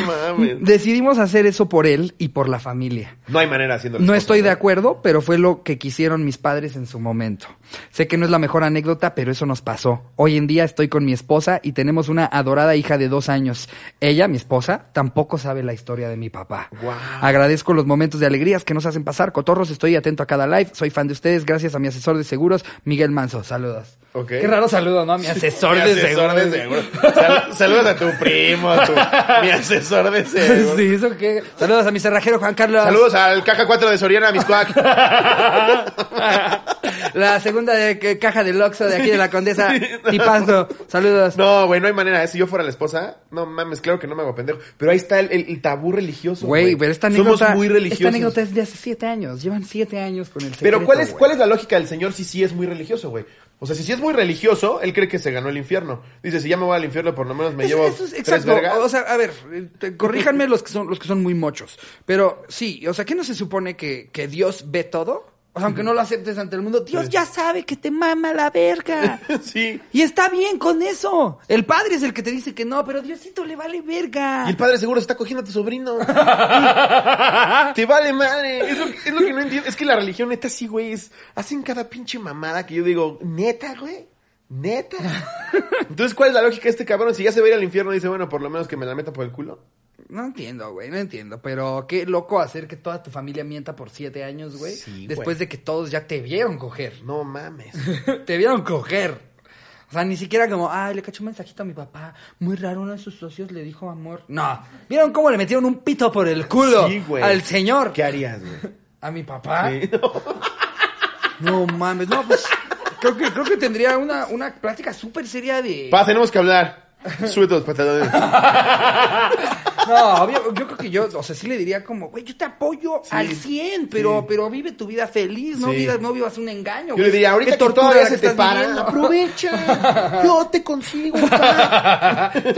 Speaker 1: mames.
Speaker 2: Decidimos hacer eso por él y por la familia.
Speaker 1: No hay manera haciéndolo.
Speaker 2: No estoy de acuerdo, pero fue lo que quisieron mis padres en su momento. Sé que no es la mejor anécdota, cuenta, pero eso nos pasó. Hoy en día estoy con mi esposa y tenemos una adorada hija de dos años. Ella, mi esposa, tampoco sabe la historia de mi papá.
Speaker 1: Guau.
Speaker 2: Agradezco los momentos de alegrías que nos hacen pasar. Cotorros, estoy atento a cada live. Soy fan de ustedes. Gracias a mi asesor de seguros, Miguel Manso. Saludos.
Speaker 1: Ok.
Speaker 2: Qué raro saludo, ¿no? A mi asesor,
Speaker 1: Mi
Speaker 2: de,
Speaker 1: asesor
Speaker 2: seguros.
Speaker 1: de seguro. Sal- saludos a tu primo, a tu, mi asesor de seguro.
Speaker 2: Sí, ¿eso qué? Saludos a mi cerrajero Juan Carlos.
Speaker 1: Saludos al Caja 4 de Soriana, mis cuac.
Speaker 2: La segunda de que- caja del Oxxo de aquí de la Condesa. Tipazo. Saludos.
Speaker 1: No, güey, no hay manera. Eh, Si yo fuera la esposa, no mames, claro que no me hago pendejo. Pero ahí está el, el- el tabú religioso.
Speaker 2: Güey, pero esta
Speaker 1: Somos
Speaker 2: anécdota,
Speaker 1: muy
Speaker 2: esta
Speaker 1: religiosos.
Speaker 2: anécdota es de hace siete años. Llevan siete años con el secreto,
Speaker 1: Pero ¿cuál es,
Speaker 2: güey.
Speaker 1: ¿cuál es la lógica del Señor si sí es muy religioso, güey? O sea, si sí es muy religioso, él cree que se ganó el infierno. Dice, si ya me voy al infierno, por lo menos me
Speaker 2: Eso-
Speaker 1: llevo
Speaker 2: eso es-
Speaker 1: tres
Speaker 2: exacto.
Speaker 1: vergas.
Speaker 2: O sea, a ver, eh, te- corríjanme los que son los que son muy mochos. Pero sí, o sea, ¿qué no se supone que, que Dios ve todo? O sea, aunque no lo aceptes ante el mundo, Dios ya sabe que te mama la verga.
Speaker 1: sí.
Speaker 2: Y está bien con eso. El padre es el que te dice que no, pero Diosito le vale verga.
Speaker 1: Y el padre seguro se está cogiendo a tu sobrino. Te vale madre. Es lo, es lo que no entiendo. Es que la religión, neta, sí, güey. es- hacen cada pinche mamada que yo digo, neta, güey. Neta. Entonces, ¿cuál es la lógica de este cabrón? Si ya se va a ir al infierno, dice, bueno, por lo menos que me la meta por el culo.
Speaker 2: No entiendo, güey, no entiendo. Pero qué loco hacer que toda tu familia mienta por siete años, güey.
Speaker 1: Sí,
Speaker 2: después
Speaker 1: güey.
Speaker 2: de que todos ya te vieron coger.
Speaker 1: No mames.
Speaker 2: te vieron coger. O sea, ni siquiera como, ay, le caché un mensajito a mi papá. Muy raro, uno de sus socios le dijo amor. No. ¿Vieron cómo le metieron un pito por el culo
Speaker 1: Sí, güey.
Speaker 2: al señor?
Speaker 1: ¿Qué harías, güey?
Speaker 2: ¿A mi papá?
Speaker 1: Sí.
Speaker 2: No mames, no, pues creo que, creo que tendría una, una plática súper seria de...
Speaker 1: Pa, tenemos que hablar. Sube tus pantalones.
Speaker 2: No, obvio, yo creo que yo, o sea, sí le diría como, güey, yo te apoyo al 100, pero, pero vive tu vida feliz, no,
Speaker 1: Sí.
Speaker 2: vivas, no vivas un engaño.
Speaker 1: Yo
Speaker 2: güey.
Speaker 1: le diría, ahorita
Speaker 2: Qué
Speaker 1: que
Speaker 2: tortura
Speaker 1: todavía
Speaker 2: la
Speaker 1: se
Speaker 2: que
Speaker 1: te
Speaker 2: estás
Speaker 1: para,
Speaker 2: viviendo.
Speaker 1: aprovecha. Yo te consigo.
Speaker 2: ¿Tú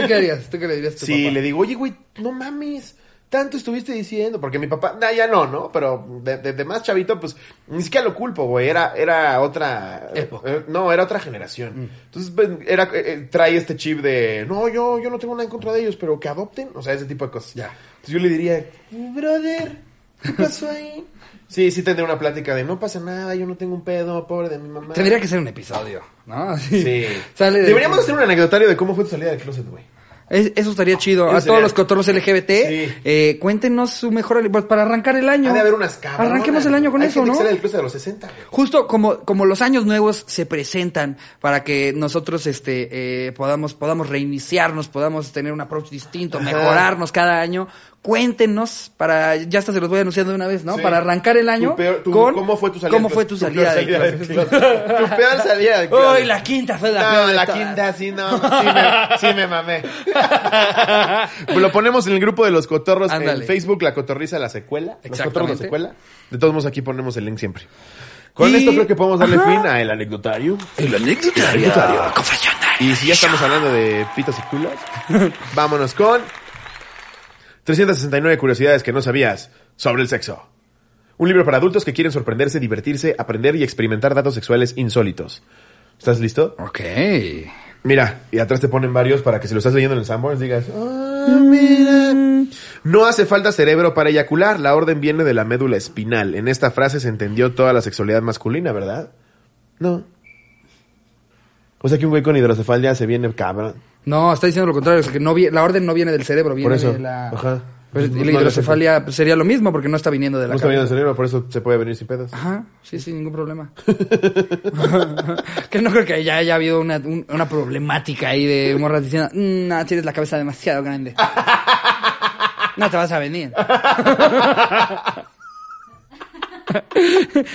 Speaker 2: qué harías? ¿Tú qué le dirías a tu
Speaker 1: Sí,
Speaker 2: papá?
Speaker 1: le digo, oye, güey, no mames. Tanto estuviste diciendo, porque mi papá, nah, ya no, ¿no? Pero de, de- de más chavito, pues, ni siquiera lo culpo, güey. Era, era otra...
Speaker 2: Época. Mm.
Speaker 1: eh, no, era otra generación. Entonces, pues, era, eh, eh, trae este chip de, no, yo, yo no tengo nada en contra de ellos, pero que adopten, o sea, ese tipo de cosas.
Speaker 2: Ya.
Speaker 1: Entonces yo le diría, brother, ¿qué pasó ahí? sí, sí tendría una plática de, no pasa nada, yo no tengo un pedo, pobre de mi mamá.
Speaker 2: Tendría que ser un episodio, ¿no? Así,
Speaker 1: Sí.
Speaker 2: sale de-
Speaker 1: Deberíamos hacer un anecdotario de cómo fue tu salida del closet, güey.
Speaker 2: Es- eso estaría chido.
Speaker 1: Eso
Speaker 2: a
Speaker 1: sería-
Speaker 2: todos los cotorros LGBT,
Speaker 1: Sí.
Speaker 2: eh, cuéntenos su mejor... ali- pues, Para arrancar el año.
Speaker 1: Ha de haber unas cabronas.
Speaker 2: Arranquemos el año con
Speaker 1: Hay
Speaker 2: eso,
Speaker 1: gente
Speaker 2: ¿no?
Speaker 1: que sale del cruce de los 60. güey.
Speaker 2: Justo como, como los años nuevos se presentan para que nosotros este, eh, podamos, podamos reiniciarnos, podamos tener un approach distinto,
Speaker 1: Ajá.
Speaker 2: mejorarnos cada año, cuéntenos para, ya hasta se los voy anunciando de una vez, ¿no?
Speaker 1: Sí.
Speaker 2: Para arrancar el año
Speaker 1: Tu peor- tu-
Speaker 2: con
Speaker 1: ¿Cómo fue tu salida?
Speaker 2: ¿Cómo
Speaker 1: del
Speaker 2: fue tu
Speaker 1: closet?
Speaker 2: salida
Speaker 1: peor
Speaker 2: del
Speaker 1: del
Speaker 2: closet?
Speaker 1: closet. Tu peor salida del closet.
Speaker 2: Uy, la quinta fue la peor
Speaker 1: No,
Speaker 2: de
Speaker 1: la
Speaker 2: todas.
Speaker 1: quinta sí, no, sí me, sí me mamé. Pues Lo ponemos en el grupo de los cotorros
Speaker 2: Ándale.
Speaker 1: en Facebook, La Cotorriza, la secuela. Los cotorros, la
Speaker 2: Exactamente.
Speaker 1: secuela. De todos modos, aquí ponemos el link siempre. Con
Speaker 2: Y-
Speaker 1: esto creo que podemos darle
Speaker 2: Ajá.
Speaker 1: fin al anecdotario.
Speaker 2: El anecdotario confesional.
Speaker 1: Y si ya estamos hablando de pitos y culos, vámonos con 369 curiosidades que no sabías sobre el sexo. Un libro para adultos que quieren sorprenderse, divertirse, aprender y experimentar datos sexuales insólitos. ¿Estás listo?
Speaker 2: Ok.
Speaker 1: Mira, y atrás te ponen varios para que si lo estás leyendo en el Sanborns digas, "Ah, mira". No hace falta cerebro para eyacular, la orden viene de la médula espinal. En esta frase se entendió toda la sexualidad masculina, ¿verdad? No. O sea que un güey con hidrocefalia se viene cabrón.
Speaker 2: No, está diciendo lo contrario, o sea, que no vi- la orden no viene del cerebro, viene
Speaker 1: eso.
Speaker 2: de la...
Speaker 1: Ajá.
Speaker 2: Pues,
Speaker 1: No, Pues
Speaker 2: la
Speaker 1: no,
Speaker 2: hidrocefalia pues, sería lo mismo porque no está viniendo de la
Speaker 1: No está
Speaker 2: cabeza.
Speaker 1: bien el cerebro, por eso se puede venir sin pedos.
Speaker 2: Ajá, sí, sin ningún problema. que no creo que ya haya habido una, un- una problemática ahí de morras diciendo, "Mm, no, tienes la cabeza demasiado grande. No te vas a venir.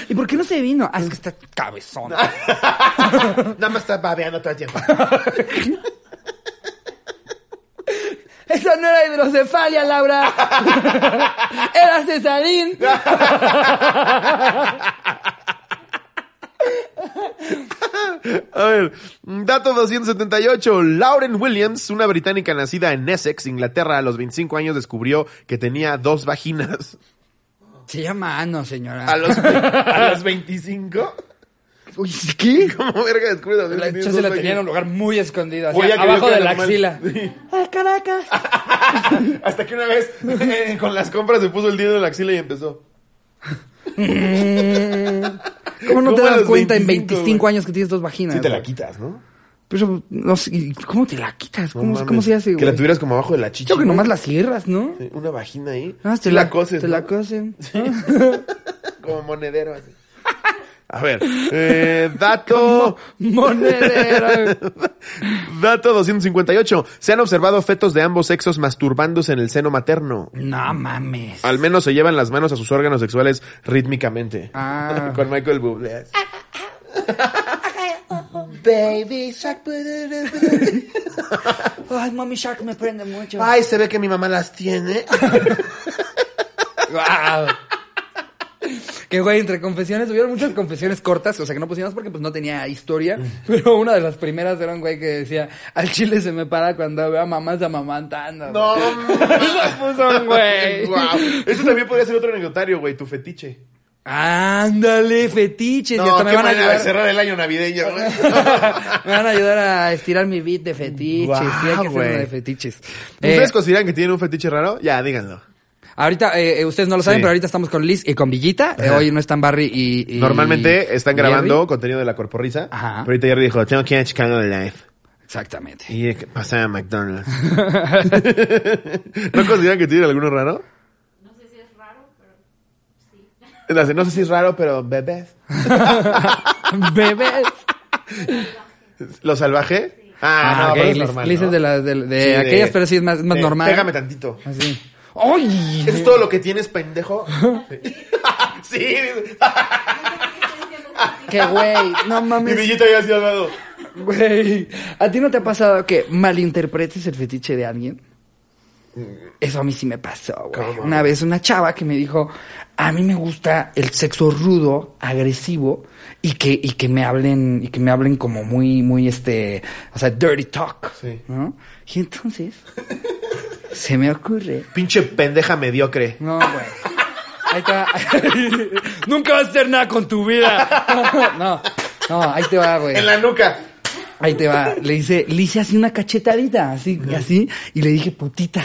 Speaker 2: ¿Y por qué no se vino? Ah, es que está cabezón.
Speaker 1: Nada más está babeando todo el tiempo.
Speaker 2: Eso no era hidrocefalia, Laura. Era cesarín.
Speaker 1: A ver, dato 278. Lauren Williams, una británica nacida en Essex, Inglaterra, a los 25 años descubrió que tenía dos vaginas.
Speaker 2: Se llama Ano, señora.
Speaker 1: ¿A los, a los 25?
Speaker 2: Uy, ¿qué?
Speaker 1: ¿Cómo verga descubres a los
Speaker 2: La,
Speaker 1: 25?
Speaker 2: chance la tenía en un lugar muy escondido, así,
Speaker 1: Güey, ya que
Speaker 2: abajo
Speaker 1: vio que
Speaker 2: de
Speaker 1: era
Speaker 2: la
Speaker 1: normal.
Speaker 2: axila.
Speaker 1: Sí.
Speaker 2: ¡Ay, Caracas!
Speaker 1: Hasta que una vez eh, con las compras se puso el dedo en la axila y empezó.
Speaker 2: ¿Cómo no te
Speaker 1: ¿Cómo a
Speaker 2: das
Speaker 1: los 25,
Speaker 2: cuenta en 25
Speaker 1: güey?
Speaker 2: años que tienes dos vaginas?
Speaker 1: Sí te la
Speaker 2: güey?
Speaker 1: quitas, ¿no?
Speaker 2: Pero, no sé, ¿y ¿cómo te la quitas?
Speaker 1: No
Speaker 2: ¿Cómo,
Speaker 1: mames.
Speaker 2: ¿cómo se hace,
Speaker 1: Que la
Speaker 2: güey?
Speaker 1: tuvieras como abajo de la chicha. Eh,
Speaker 2: Yo que nomás la cierras, ¿no?
Speaker 1: Una vagina ahí.
Speaker 2: Nada más te
Speaker 1: Sí
Speaker 2: la,
Speaker 1: coses,
Speaker 2: Te
Speaker 1: ¿no?
Speaker 2: la cosen.
Speaker 1: Como monedero así. A ver, eh, dato...
Speaker 2: Monedera.
Speaker 1: Dato 258. Se han observado fetos de ambos sexos masturbándose en el seno materno.
Speaker 2: No mames.
Speaker 1: Al menos se llevan las manos a sus órganos sexuales rítmicamente.
Speaker 2: Ah.
Speaker 1: Con Michael Bublé. Baby Shark.
Speaker 2: Ay, Mami Shark me prende mucho.
Speaker 1: Ay, se ve que mi mamá las tiene.
Speaker 2: Que güey, entre confesiones, hubieron muchas confesiones cortas, o sea que no pusimos porque pues no tenía historia, pero una de las primeras era un güey que decía, al chile se me para cuando veo a mamás amamantando.
Speaker 1: No.
Speaker 2: Eso puso un güey.
Speaker 1: Guau. Eso también podría ser otro anecdotario, güey, tu fetiche.
Speaker 2: Ándale, fetiches, y hasta me
Speaker 1: qué
Speaker 2: van a
Speaker 1: manera de
Speaker 2: ayudar.
Speaker 1: cerrar el año navideño, güey.
Speaker 2: me van a ayudar a estirar mi beat de fetiches,
Speaker 1: Guau,
Speaker 2: sí, hay que hacer
Speaker 1: güey. Pues
Speaker 2: una de fetiches.
Speaker 1: ¿Ustedes
Speaker 2: Eh,
Speaker 1: consideran que tienen un fetiche raro? Ya, díganlo.
Speaker 2: Ahorita, eh, eh, ustedes no lo saben,
Speaker 1: Sí.
Speaker 2: pero ahorita estamos con Liz y con Villita. Eh,
Speaker 1: Ajá.
Speaker 2: hoy no están Barry y. y-
Speaker 1: Normalmente están
Speaker 2: y
Speaker 1: grabando
Speaker 2: Jerry.
Speaker 1: contenido de la corporrisa.
Speaker 2: Ajá.
Speaker 1: Pero ahorita Jerry dijo, tengo que ir a Chicago Live.
Speaker 2: Exactamente.
Speaker 1: Y eh, pasar a McDonald's. ¿No consideran que tienen alguno raro? No sé si es raro, pero sí. No sé si es raro, pero bebés.
Speaker 2: Bebés.
Speaker 1: ¿Lo salvaje?
Speaker 2: Ah,
Speaker 1: Ah, no,
Speaker 2: ok,
Speaker 1: pero es
Speaker 2: Liz-
Speaker 1: normal,
Speaker 2: Liz
Speaker 1: ¿no?
Speaker 2: es de, las de, de
Speaker 1: Sí, de-
Speaker 2: aquellas, pero sí es más, más
Speaker 1: de,
Speaker 2: normal.
Speaker 1: Pégame tantito.
Speaker 2: Así. ¡Ay!
Speaker 1: ¿Eso es todo lo que tienes, pendejo? sí.
Speaker 2: ¡Qué güey! No
Speaker 1: Mi
Speaker 2: mames.
Speaker 1: billete había sido dado.
Speaker 2: Güey. ¿A ti no te ha pasado que malinterpretes el fetiche de alguien? Eso a mí sí me pasó, güey.
Speaker 1: Mm. ¿Cómo?
Speaker 2: Una vez una chava que me dijo, a mí me gusta el sexo rudo, agresivo, y que, y que me hablen, y que me hablen como muy, muy este, o sea, dirty talk.
Speaker 1: Sí.
Speaker 2: ¿no? Y entonces, se me ocurre
Speaker 1: Pinche pendeja mediocre.
Speaker 2: No, güey. Ahí está. Nunca vas a hacer nada con tu vida. No, no, ahí te va, güey.
Speaker 1: En la nuca.
Speaker 2: Ahí te va. Le hice, le hice así una cachetadita, así, así, y le dije, putita.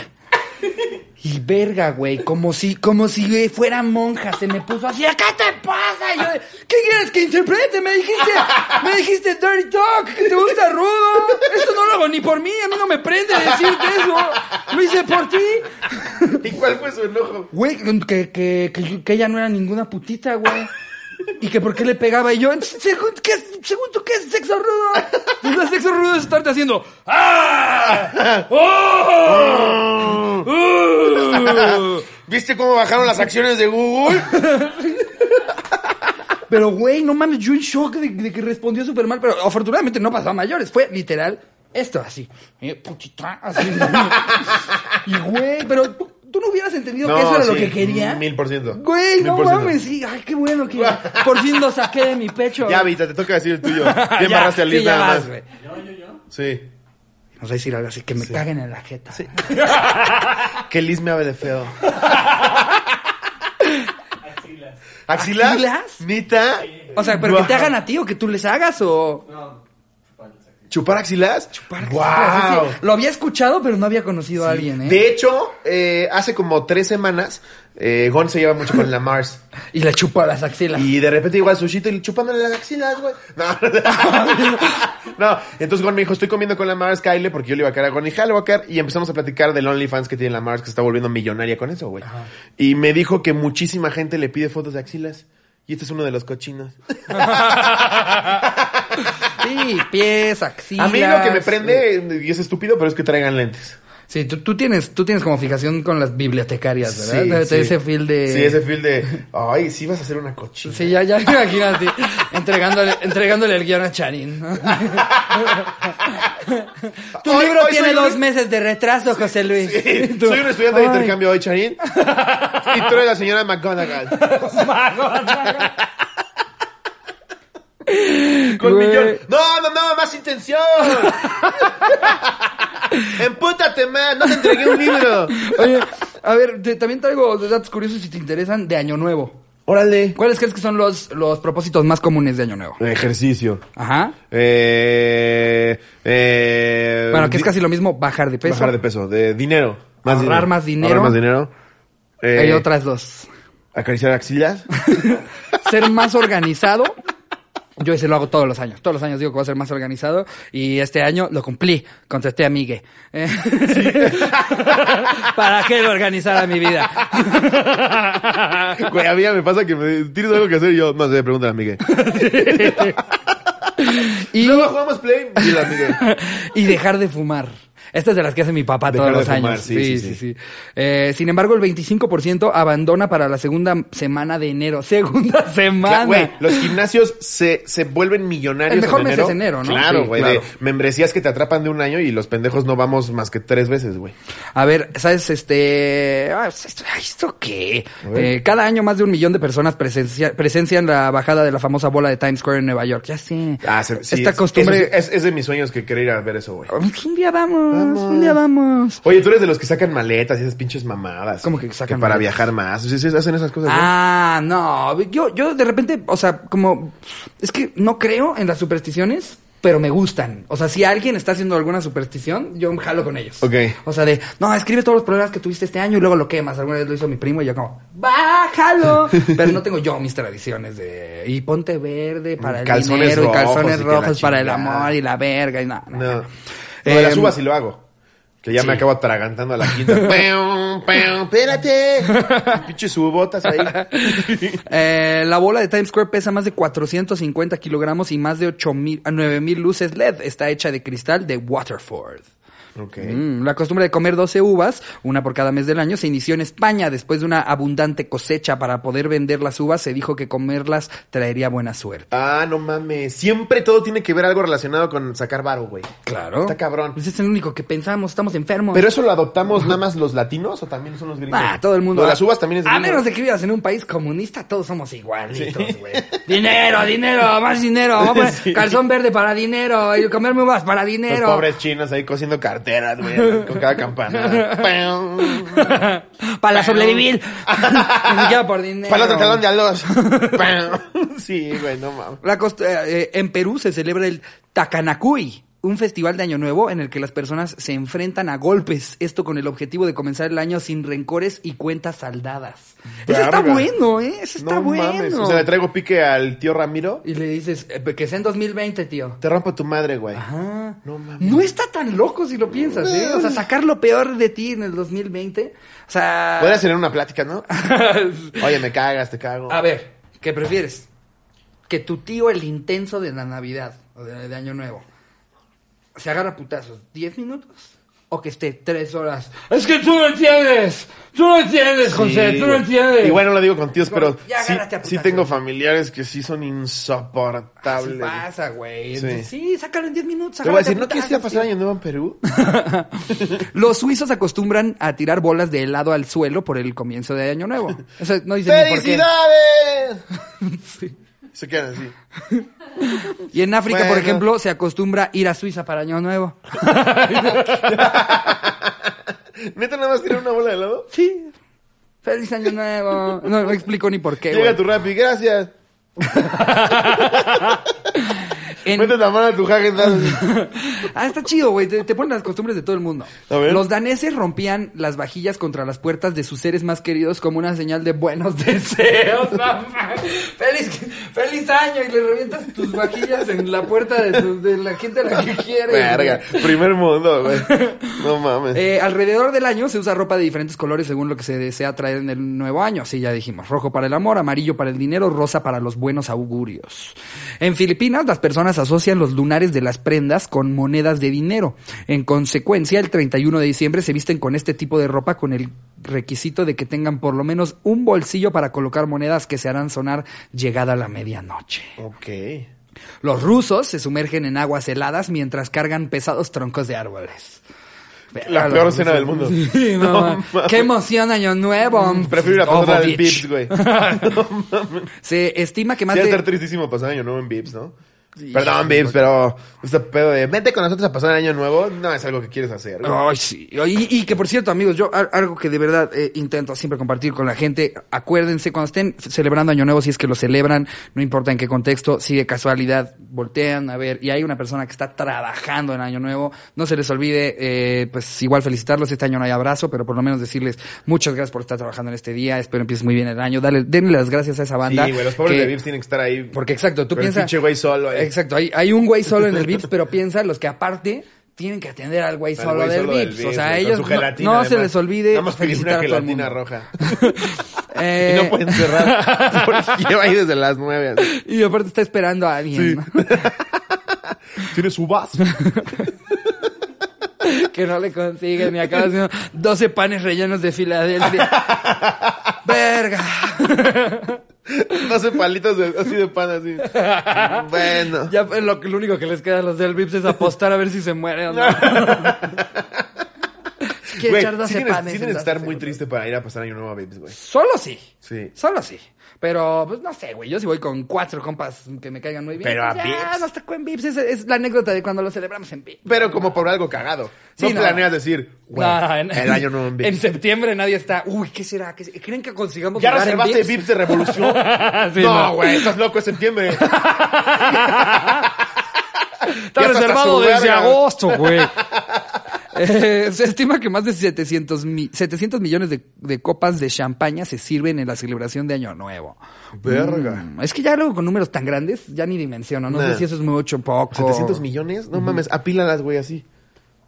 Speaker 2: Y verga, güey, como si, como si güey, fuera monja, se me puso así, ¿qué te pasa? Y yo, de, ¿qué quieres que interprete? Me dijiste, me dijiste dirty talk, que te gusta rudo. Esto no lo hago ni por mí, a mí no me prende decirte eso. Lo hice por ti.
Speaker 1: ¿Y cuál fue su enojo?
Speaker 2: Güey, que, que, que, yo- que ella no era ninguna putita, güey. Y que por qué le pegaba y yo, según, ¿qué es, según tú, ¿qué es sexo rudo? Pues el sexo rudo es estarte haciendo,
Speaker 4: ¡Ah! ¡Oh! ¡Uh!
Speaker 1: ¿Viste cómo bajaron las acciones de Google?
Speaker 2: pero güey, no mames, yo en shock de, de que respondió súper mal, pero afortunadamente no pasó a mayores, fue literal esto, así, eh, putita, así. y güey, pero tú no hubieras entendido que eso era lo
Speaker 1: sí,
Speaker 2: que quería.
Speaker 1: Mil por ciento.
Speaker 2: Güey,
Speaker 1: Mil
Speaker 2: no
Speaker 1: por ciento.
Speaker 2: mames, sí, ay, qué bueno que por fin lo saqué de mi pecho.
Speaker 1: Ya, Vita, te toca decir el tuyo. Ya
Speaker 2: Ya,
Speaker 1: embarraste a Liz
Speaker 2: sí, ya
Speaker 1: nada
Speaker 2: vas,
Speaker 1: más.
Speaker 2: güey.
Speaker 1: Sí.
Speaker 2: Nos va a decir algo así, que me caguen en la jeta.
Speaker 1: Que Liz me hable de feo. ¿Axilas?
Speaker 2: ¿Axilas?
Speaker 1: ¿Nita?
Speaker 2: O sea, pero que te
Speaker 1: Guau.
Speaker 2: hagan a ti o que tú les hagas o...
Speaker 1: ¿Chupar axilas? Chupar
Speaker 2: Así,
Speaker 1: ¡Wow!
Speaker 2: sí. Lo había escuchado, pero no había conocido a alguien, ¿eh?
Speaker 1: De hecho, eh, hace como tres semanas, eh, Gon se lleva mucho con la Mars.
Speaker 2: Y le chupa las axilas.
Speaker 1: Y de repente llegó al sushito y chupándole las axilas, güey. No, no. Entonces Gon me dijo, estoy comiendo con la Mars, Kyle, porque yo le iba a caer a Gon y ja, le voy a caer. Y empezamos a platicar del OnlyFans que tiene la Mars, que se está volviendo millonaria con eso, güey. Y me dijo que muchísima gente le pide fotos de axilas. Y este es uno de los cochinos.
Speaker 2: Sí, pies, axilas.
Speaker 1: A mí lo que me prende, y es estúpido, pero es que traigan lentes.
Speaker 2: Sí, tú, tú tienes, tú tienes como fijación con las bibliotecarias, ¿verdad? Te- te- Ese feel de...
Speaker 1: Sí, ese feel de, ay, sí vas a hacer una cochina.
Speaker 2: Sí, ya, ya me imagino así, entregándole, entregándole el guión a Chanin. tu
Speaker 1: Hoy-
Speaker 2: libro
Speaker 1: hoy
Speaker 2: tiene
Speaker 1: soy
Speaker 2: dos
Speaker 1: un-
Speaker 2: meses de retraso, José Luis.
Speaker 1: Sí,
Speaker 2: Tú,
Speaker 1: soy un estudiante de
Speaker 2: "Ay,
Speaker 1: intercambio hoy, Charín. y tú eres la señora McGonagall. Con
Speaker 2: Güey.
Speaker 1: millón. No, no, no, más intención. Empútate más, no te entregué un libro.
Speaker 2: Oye, a ver, te- también traigo datos curiosos si te interesan de Año Nuevo.
Speaker 1: Órale.
Speaker 2: ¿Cuáles crees que son los, los propósitos más comunes de Año Nuevo?
Speaker 1: Ejercicio.
Speaker 2: Ajá.
Speaker 1: Eh, eh,
Speaker 2: Bueno, que es
Speaker 1: di-
Speaker 2: casi lo mismo bajar de peso.
Speaker 1: Bajar de peso, de dinero. Más
Speaker 2: Ahorrar
Speaker 1: dinero.
Speaker 2: más dinero.
Speaker 1: Ahorrar más dinero. Eh,
Speaker 2: Hay otras dos.
Speaker 1: Acariciar axilas.
Speaker 2: Ser más organizado Yo ese lo hago todos los años. Todos los años digo que va a ser más organizado y este año lo cumplí. Contesté a Migue. Eh, ¿Para qué lo organizara mi vida?
Speaker 1: Güey, a mí ya me pasa que me tienes algo que hacer y yo, no sé, pregúntale a Miguel.
Speaker 2: Y,
Speaker 1: Luego jugamos Play, dile a Miguel.
Speaker 2: y dejar de fumar. Esta es de las que hace mi papá
Speaker 1: Dejar
Speaker 2: todos
Speaker 1: de
Speaker 2: los
Speaker 1: fumar,
Speaker 2: años.
Speaker 1: sí, sí, sí.
Speaker 2: Eh, sin embargo, el 25% abandona para la segunda semana de enero. Segunda semana.
Speaker 1: Cla- Güey, los gimnasios se, se vuelven millonarios
Speaker 2: El mejor
Speaker 1: en
Speaker 2: mes
Speaker 1: enero.
Speaker 2: es enero, ¿no?
Speaker 1: Claro,
Speaker 2: Sí,
Speaker 1: güey,
Speaker 2: claro.
Speaker 1: de membresías que te atrapan de un año y los pendejos no vamos más que tres veces, güey.
Speaker 2: A ver, ¿sabes? Este. ah, ¿Esto, ay, ¿esto qué?
Speaker 1: A ver.
Speaker 2: Eh, cada año más de un millón de personas presencia- presencian la bajada de la famosa bola de Times Square en Nueva York. Ya sé.
Speaker 1: Ah, se- sí,
Speaker 2: Esta
Speaker 1: es-
Speaker 2: costumbre.
Speaker 1: eso sí, Es, es de mis sueños que querer ir a ver eso, güey.
Speaker 2: Un día vamos,
Speaker 1: Vamos.
Speaker 2: un día vamos.
Speaker 1: Oye, tú eres de los que sacan maletas y esas pinches mamadas.
Speaker 2: ¿Cómo que sacan
Speaker 1: para
Speaker 2: maletas?
Speaker 1: viajar más. Sí, sí, hacen esas cosas, ¿no?
Speaker 2: Ah, no. Yo, yo de repente, o sea, como. Es que no creo en las supersticiones. Pero me gustan. O sea, si alguien está haciendo alguna superstición, yo me jalo con ellos.
Speaker 1: Ok.
Speaker 2: O sea, de, no, escribe todos los problemas que tuviste este año y luego lo quemas. Alguna vez lo hizo mi primo y yo como, bájalo. Pero no tengo yo mis tradiciones de, y ponte verde para el
Speaker 1: Calzones
Speaker 2: dinero y
Speaker 1: rojos
Speaker 2: calzones
Speaker 1: y que la
Speaker 2: rojos para el
Speaker 1: chingada.
Speaker 2: amor y la verga y no. no,
Speaker 1: No.
Speaker 2: no.
Speaker 1: Lo de las
Speaker 2: Em,
Speaker 1: uvas sí lo hago. Que ya me acabo atragantando a la quinta. ¡Peum, peum! ¡Espérate! Pinches uvotas ahí.
Speaker 2: Eh, la bola de Times Square pesa más de 450 kilogramos y más de 8.000 a 9.000 luces LED. Está hecha de cristal de Waterford.
Speaker 1: Ok.
Speaker 2: Mm, la costumbre de comer 12 uvas, una por cada mes del año, se inició en España después de una abundante cosecha. Para poder vender las uvas, se dijo que comerlas traería buena suerte.
Speaker 1: Ah, no mames. Siempre todo tiene que ver algo relacionado con sacar varo, güey.
Speaker 2: Claro.
Speaker 1: Está cabrón.
Speaker 2: Pues es el único que pensamos, estamos enfermos.
Speaker 1: ¿Pero eso lo adoptamos nada más los latinos o también son los gringos?
Speaker 2: Oh. Ah, todo el mundo.
Speaker 1: Lo de las uvas también es
Speaker 2: A
Speaker 1: gringo.
Speaker 2: menos de que vivas en un país comunista, todos somos igualitos, güey. Dinero, dinero, más dinero. Vamos a poner
Speaker 1: Sí.
Speaker 2: calzón verde para dinero. Y comerme uvas para
Speaker 1: Los
Speaker 2: dinero.
Speaker 1: pobres chinos ahí cosiendo carteras, güey, con cada campana. Peum.
Speaker 2: para sobrevivir. Ni siquiera por dinero.
Speaker 1: Para el otro talón de alos. Peum. sí, güey, no mames.
Speaker 2: La cost- eh, eh, en Perú se celebra el Takanakui, un festival de Año Nuevo en el que las personas se enfrentan a golpes. Esto con el objetivo de comenzar el año sin rencores y cuentas saldadas. Eso está
Speaker 1: Verga.
Speaker 2: bueno, ¿eh? Eso está
Speaker 1: no
Speaker 2: bueno.
Speaker 1: mames. O sea, le traigo pique al tío Ramiro.
Speaker 2: Y le dices, eh, que sea en 2020, tío.
Speaker 1: Te rompo tu madre, güey.
Speaker 2: Ajá.
Speaker 1: No mames.
Speaker 2: No está tan loco si lo piensas, ¿eh? O sea, sacar lo peor de ti en el 2020. O sea.
Speaker 1: Podrías tener una plática, ¿no? Oye, me cagas, te cago.
Speaker 2: A ver, ¿qué prefieres? Que tu tío, el intenso de la Navidad o de, de Año Nuevo, se agarra a putazos 10 minutos o que esté 3 horas. Es que tú no entiendes. Tú no entiendes, José.
Speaker 1: Sí,
Speaker 2: tú no
Speaker 1: güey.
Speaker 2: entiendes.
Speaker 1: Igual no lo digo con tíos,
Speaker 2: Bueno,
Speaker 1: pero
Speaker 2: ya
Speaker 1: sí,
Speaker 2: agárrate a
Speaker 1: sí
Speaker 2: putazos.
Speaker 1: tengo familiares que sí son
Speaker 2: Así
Speaker 1: insoportables.
Speaker 2: pasa, güey.
Speaker 1: Sí.
Speaker 2: Entonces, Sí. sácalo en 10 minutos.
Speaker 1: Te voy a
Speaker 2: agárrate
Speaker 1: decir, ¿no quieres ir a
Speaker 2: putazos,
Speaker 1: pasar
Speaker 2: tío.
Speaker 1: año nuevo en Perú?
Speaker 2: Los suizos acostumbran a tirar bolas de helado al suelo por el comienzo de Año Nuevo. Eso no dicen ni por qué.
Speaker 1: ¡Felicidades! Se quedan así.
Speaker 2: Y en África, por
Speaker 1: Bueno.
Speaker 2: ejemplo, se acostumbra ir a Suiza para Año Nuevo.
Speaker 1: ¿Neta nada más tiene una bola de helado?
Speaker 2: Sí. Feliz año nuevo. No, no explico ni por qué.
Speaker 1: Llega
Speaker 2: güey.
Speaker 1: tu rap y gracias.
Speaker 2: En-
Speaker 1: Metes la mano a tu Hagen
Speaker 2: Ah, está chido, güey. Te, te ponen las costumbres de todo el mundo.
Speaker 1: A ver.
Speaker 2: Los daneses rompían las vajillas contra las puertas de sus seres más queridos como una señal de buenos deseos. No mames. feliz, feliz año y le revientas tus vajillas en la puerta de, su- de la gente a la que quieres.
Speaker 1: Verga,
Speaker 2: güey.
Speaker 1: primer mundo, güey. No mames.
Speaker 2: Eh, alrededor del año se usa ropa de diferentes colores según lo que se desea traer en el nuevo año. Sí, ya dijimos. Rojo para el amor, amarillo para el dinero, rosa para los buenos augurios. En Filipinas, las personas asocian los lunares de las prendas con monedas de dinero. En consecuencia, el 31 de diciembre se visten con este tipo de ropa con el requisito de que tengan por lo menos un bolsillo para colocar monedas que se harán sonar llegada la medianoche.
Speaker 1: Ok.
Speaker 2: Los rusos se sumergen en aguas heladas mientras cargan pesados troncos de árboles.
Speaker 1: La
Speaker 2: Los
Speaker 1: peor cena
Speaker 2: rusos.
Speaker 1: del mundo.
Speaker 2: Sí, no,
Speaker 1: No
Speaker 2: mames.
Speaker 1: mames.
Speaker 2: Qué emoción, año nuevo.
Speaker 1: Prefiero ir a
Speaker 2: Ovo
Speaker 1: pasar del Vips,
Speaker 2: bitch.
Speaker 1: güey. No mames.
Speaker 2: Se estima que más
Speaker 1: Sí, va a
Speaker 2: de...
Speaker 1: estar tristísimo pasar año nuevo en Vips, ¿no? Perdón, Vips, pero este pedo de vete con nosotros a pasar el año nuevo no es algo que quieres hacer. güey.
Speaker 2: Ay, sí. Y, y que por cierto, amigos, yo al- algo que de verdad eh, intento siempre compartir con la gente, acuérdense, cuando estén celebrando Año Nuevo, si es que lo celebran, no importa en qué contexto, si de casualidad voltean a ver y hay una persona que está trabajando en Año Nuevo, no se les olvide, eh, pues igual felicitarlos, este año no hay abrazo, pero por lo menos decirles muchas gracias por estar trabajando en este día, espero empieces muy bien el año, dale, denle las gracias a esa banda.
Speaker 1: Sí, güey, los pobres
Speaker 2: que-
Speaker 1: de Vips tienen que estar ahí.
Speaker 2: porque exacto, tú
Speaker 1: Pero el
Speaker 2: piensas.
Speaker 1: pinche güey solo eh. ahí.
Speaker 2: Exacto, hay, hay un güey solo en el Vips, pero piensa los que aparte tienen que atender al güey
Speaker 1: Al
Speaker 2: solo,
Speaker 1: güey
Speaker 2: del,
Speaker 1: solo
Speaker 2: Vips. O sea, ellos no, no se les olvide
Speaker 1: Vamos a pedir
Speaker 2: felicitar
Speaker 1: una
Speaker 2: a todo el
Speaker 1: gelatina
Speaker 2: mundo.
Speaker 1: roja.
Speaker 2: Eh,
Speaker 1: Y no pueden cerrar. Porque lleva ahí desde las nueve. así.
Speaker 2: y aparte está esperando a alguien
Speaker 1: ¿Tienes uvas?
Speaker 2: ¿no? que no le consiguen y acaba haciendo 12 panes rellenos de Filadelfia. Verga.
Speaker 1: 12 palitos de- así de pan, así. Bueno.
Speaker 2: Ya pues, lo, que- lo único que les queda a los del Vips es apostar a ver si se muere o no. Quiere
Speaker 1: Güey,
Speaker 2: echar
Speaker 1: sí
Speaker 2: 12
Speaker 1: tienes,
Speaker 2: panes
Speaker 1: sí
Speaker 2: en
Speaker 1: tienes que estar
Speaker 2: 12
Speaker 1: muy
Speaker 2: segundos.
Speaker 1: triste para ir a pasar año nuevo a Vips, güey.
Speaker 2: Solo sí.
Speaker 1: Sí.
Speaker 2: Solo sí. Pero, pues no sé, güey. Yo sí voy con cuatro compas que me caigan muy bien. Pues,
Speaker 1: Pero a
Speaker 2: ya,
Speaker 1: Vips.
Speaker 2: nos tocó en Vips. Es, es la anécdota de cuando lo celebramos en Vips.
Speaker 1: Pero como por algo cagado.
Speaker 2: Sí,
Speaker 1: no
Speaker 2: no.
Speaker 1: planeas decir, güey,
Speaker 2: No, no, en-
Speaker 1: el año nuevo en Vips.
Speaker 2: En septiembre nadie está. Uy, ¿qué será? ¿Qué se- ¿Creen que consigamos
Speaker 1: ¿Ya
Speaker 2: lugar en
Speaker 1: reservaste
Speaker 2: Vips?
Speaker 1: VIPs de Revolución?
Speaker 2: Sí,
Speaker 1: no,
Speaker 2: no.
Speaker 1: güey, estás loco, es septiembre.
Speaker 4: Está
Speaker 1: Ya hasta
Speaker 4: reservado
Speaker 1: su
Speaker 4: desde
Speaker 1: verga.
Speaker 4: agosto, güey.
Speaker 2: Eh, se estima que más de 700, mi- 700 millones de, de copas de champaña se sirven en la celebración de Año Nuevo.
Speaker 1: Verga.
Speaker 2: Mm, es que ya luego con números tan grandes ya ni dimensiono. No
Speaker 1: Nah.
Speaker 2: sé si eso es mucho o poco.
Speaker 1: 700 millones, no mames, apílalas, güey, así.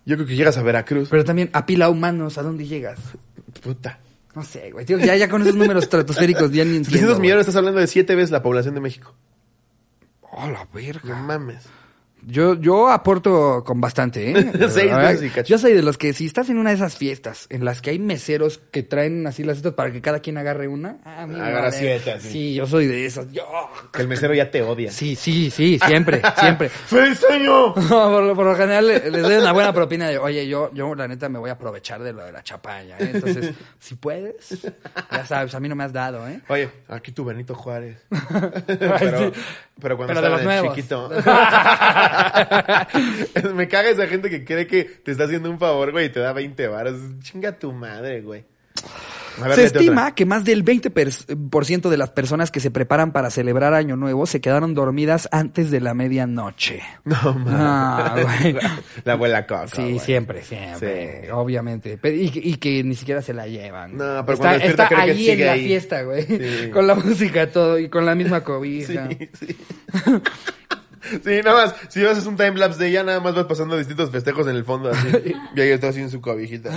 Speaker 1: Yo creo que llegas a Veracruz.
Speaker 2: Pero también apila humanos. ¿A dónde llegas?
Speaker 1: Puta.
Speaker 2: No sé, güey. Tío, ya, ya con esos números estratosféricos ya ni entiendo.
Speaker 1: 700
Speaker 2: güey.
Speaker 1: millones, estás hablando de 7 veces la población de México.
Speaker 2: ¡Oh, la verga!
Speaker 1: No mames.
Speaker 2: Yo, yo aporto con bastante, ¿eh? La
Speaker 1: Seis
Speaker 2: verdad.
Speaker 1: veces y cacho.
Speaker 2: Yo soy de los que si estás en una de esas fiestas en las que hay meseros que traen así las citas para que cada quien agarre una. Ah, mí me
Speaker 1: Agarra
Speaker 2: vale.
Speaker 1: siete, sí.
Speaker 2: Sí. yo soy de esas. Yo.
Speaker 1: Que el mesero ya te odia.
Speaker 2: Sí, sí, sí, siempre, siempre.
Speaker 1: ¡Feliz año!
Speaker 2: por, lo, por lo general le- les doy una buena propina de, oye, yo, yo la neta me voy a aprovechar de lo de la chapaña, ¿eh? Entonces, si puedes, ya sabes, a mí no me has dado, ¿eh?
Speaker 1: Oye, aquí tu Benito Juárez. pero, pero cuando
Speaker 2: Pero de
Speaker 1: estaba
Speaker 2: los
Speaker 1: de
Speaker 2: nuevos.
Speaker 1: chiquito. Me caga esa gente que cree que te está haciendo un favor, güey, y te da 20 varos. Chinga tu madre, güey. A ver,
Speaker 2: Se
Speaker 1: léete otra.
Speaker 2: estima que más del 20% por ciento de las personas que se preparan para celebrar Año Nuevo se quedaron dormidas antes de la medianoche.
Speaker 1: No, mames.
Speaker 2: Ah, güey.
Speaker 1: La abuela Coco.
Speaker 2: Sí,
Speaker 1: güey.
Speaker 2: siempre, siempre,
Speaker 1: Ah, Sí.
Speaker 2: obviamente. Pero- y, que- y que ni siquiera se la llevan.
Speaker 1: No, pero
Speaker 2: está,
Speaker 1: cuando despierta
Speaker 2: está
Speaker 1: cree que
Speaker 2: allí
Speaker 1: sigue
Speaker 2: en la
Speaker 1: ahí.
Speaker 2: fiesta, güey.
Speaker 1: Sí.
Speaker 2: Con la música todo y con la misma cobija.
Speaker 1: Sí, sí. Sí, nada más. Si haces un timelapse de ella, nada más vas pasando distintos festejos en el fondo así. Y ahí está así en su cobijita.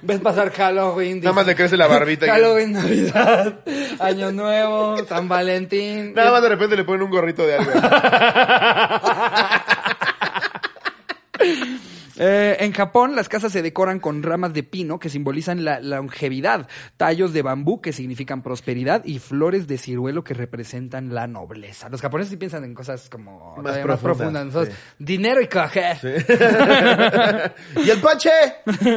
Speaker 2: Ves pasar Halloween.
Speaker 1: Nada más le crece la barbita. y-
Speaker 2: Halloween, Navidad, Año Nuevo, San Valentín.
Speaker 1: Nada más de repente le ponen un gorrito de algo.
Speaker 2: Eh, en Japón, las casas se decoran con ramas de pino que simbolizan la la longevidad, tallos de bambú que significan prosperidad y flores de ciruelo que representan la nobleza. Los japoneses sí piensan en cosas como
Speaker 1: Más
Speaker 2: todavía
Speaker 1: profundas,
Speaker 2: más profundas. Nosotros, Dinero y coger.
Speaker 1: ¡Y el coche!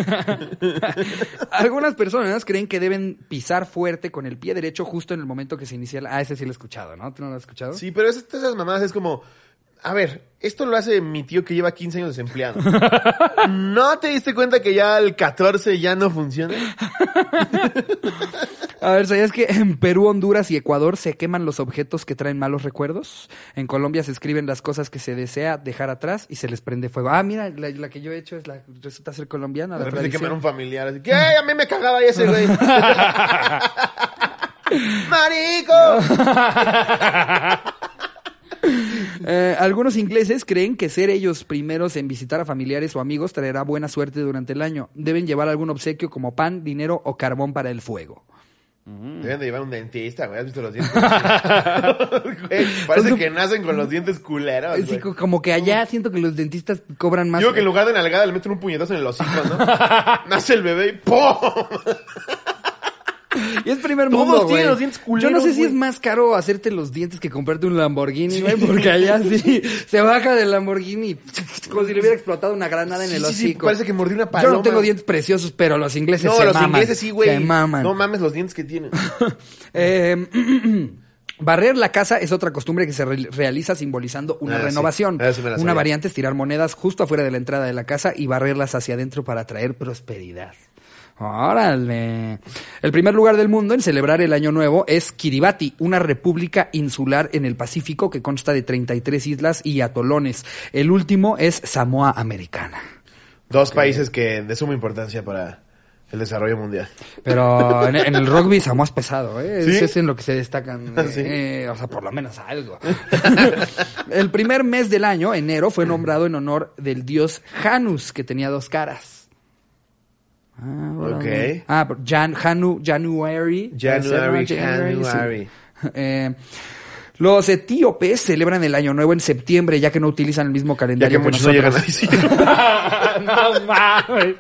Speaker 2: Algunas personas creen que deben pisar fuerte con el pie derecho justo en el momento que se inicia la... Ah, ese sí lo he escuchado, ¿no? ¿Tú no lo has escuchado?
Speaker 1: Sí, pero es- todas esas mamadas es como... A ver, esto lo hace mi tío que lleva 15 años desempleado. ¿No te diste cuenta que ya el 14 ya no funciona?
Speaker 2: A ver, ¿sabías que en Perú, Honduras y Ecuador se queman los objetos que traen malos recuerdos? En Colombia se escriben las cosas que se desea dejar atrás y se les prende fuego. Ah, mira, la, la que yo he hecho es la resulta ser colombiana.
Speaker 1: De
Speaker 2: La
Speaker 1: repente
Speaker 2: tradición.
Speaker 1: queman un familiar. Así, ¿Qué? A mí me cagaba ese, güey. ¡Marico!
Speaker 2: Eh, algunos ingleses creen que ser ellos primeros en visitar a familiares o amigos traerá buena suerte durante el año. Deben llevar algún obsequio como pan, dinero o carbón para el fuego.
Speaker 1: Deben de llevar un dentista, güey. ¿Has visto los dientes? Güey, parece
Speaker 2: Son su-
Speaker 1: que nacen con los dientes culeros,
Speaker 2: Sí,
Speaker 1: güey.
Speaker 2: co- como que allá siento que los dentistas cobran más.
Speaker 1: Digo que en lugar de nalgada le meten un puñetazo en el hocico, ¿no? Nace el bebé y ¡pum!
Speaker 2: Y es primer
Speaker 1: Todos
Speaker 2: mundo,
Speaker 1: tienen
Speaker 2: güey.
Speaker 1: los dientes culeros,
Speaker 2: Yo no sé si
Speaker 1: güey.
Speaker 2: es más caro hacerte los dientes que comprarte un Lamborghini, güey, porque allá sí se baja del Lamborghini y como si le hubiera explotado una granada en
Speaker 1: Sí,
Speaker 2: el
Speaker 1: sí, sí,
Speaker 2: hocico.
Speaker 1: parece que mordió una
Speaker 2: Yo
Speaker 1: paloma.
Speaker 2: no tengo dientes preciosos, pero los ingleses
Speaker 1: No,
Speaker 2: se
Speaker 1: los
Speaker 2: maman.
Speaker 1: ingleses sí, güey.
Speaker 2: Se maman.
Speaker 1: No mames los dientes que tienen.
Speaker 2: Eh, Barrer la casa es otra costumbre que se re- realiza simbolizando una
Speaker 1: Ah, sí.
Speaker 2: renovación.
Speaker 1: Ah, sí me la
Speaker 2: una
Speaker 1: sabía.
Speaker 2: variante es tirar monedas justo afuera de la entrada de la casa y barrerlas hacia adentro para traer prosperidad. Órale. El primer lugar del mundo en celebrar el Año Nuevo es Kiribati, una república insular en el Pacífico que consta de 33 islas y atolones. El último es Samoa Americana.
Speaker 1: Dos países que de suma importancia para el desarrollo mundial.
Speaker 2: Pero en, en el rugby Samoa es pesado, ¿eh?
Speaker 1: ¿Sí?
Speaker 2: Eso es en lo que se destacan.
Speaker 1: Ah, ¿sí?
Speaker 2: eh, o sea, por lo menos algo. el primer mes del año, enero, fue nombrado en honor del dios Janus, que tenía dos caras. Ah, órale.
Speaker 1: Ok.
Speaker 2: Ah, pero Jan, Hanu, January.
Speaker 1: January,
Speaker 2: Ese, ¿no? sí.
Speaker 1: January.
Speaker 2: Eh, los etíopes celebran el año nuevo en septiembre, ya que no utilizan el mismo
Speaker 1: Ya
Speaker 2: calendario.
Speaker 1: que muchos no llegan a diciembre.
Speaker 4: no mames.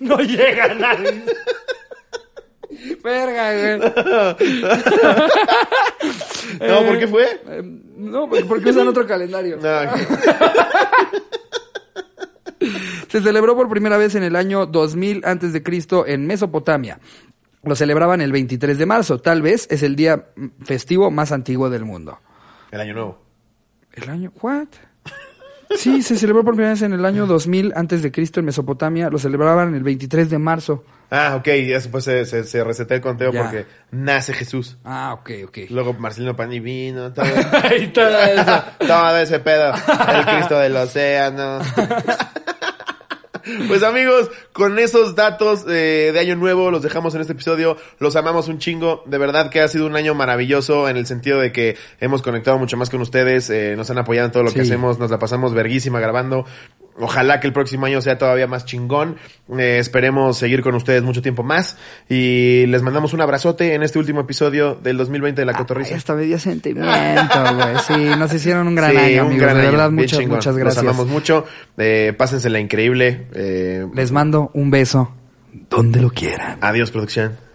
Speaker 4: no llega nadie.
Speaker 2: nosotros. Verga, güey.
Speaker 1: No, ¿por qué fue?
Speaker 2: Eh, No, pues, porque usan otro calendario.
Speaker 1: No,
Speaker 2: Se celebró por primera vez en el año 2000 antes de Cristo en Mesopotamia. Lo celebraban el 23 de marzo. Tal vez es el día mm, festivo más antiguo del mundo.
Speaker 1: el año nuevo.
Speaker 2: ¿El año? ¿What? Sí, se celebró por primera vez en el año 2000 antes de Cristo en Mesopotamia. Lo celebraban el 23 de marzo.
Speaker 1: Ah, ok, y después se, se, se resetea el conteo
Speaker 2: Ya.
Speaker 1: porque nace Jesús.
Speaker 2: Ah, ok, ok.
Speaker 1: Luego Marcelino Pani vino, todo,
Speaker 4: Ahí está eso.
Speaker 1: todo ese pedo. El Cristo del océano. Pues amigos, con esos datos eh, de Año Nuevo los dejamos en este episodio. Los amamos un chingo. De verdad que ha sido un año maravilloso en el sentido de que hemos conectado mucho más con ustedes. eh, nos han apoyado en todo lo que
Speaker 2: Sí.
Speaker 1: hacemos. Nos la pasamos verguísima grabando. Ojalá que el próximo año sea todavía más chingón. Eh, esperemos seguir con ustedes mucho tiempo más. Y les mandamos un abrazote en este último episodio del 2020 de La Cotorrisa.
Speaker 2: Ay, hasta me dio sentimiento, güey. Sí, nos hicieron un gran
Speaker 1: Sí,
Speaker 2: año,
Speaker 1: un
Speaker 2: amigos.
Speaker 1: gran
Speaker 2: de
Speaker 1: año,
Speaker 2: verdad,
Speaker 1: bien
Speaker 2: muchas,
Speaker 1: chingón.
Speaker 2: muchas
Speaker 1: Los
Speaker 2: gracias.
Speaker 1: amamos mucho. Eh, pásensela increíble. Eh,
Speaker 2: Les mando un beso donde lo quieran.
Speaker 1: adiós, producción.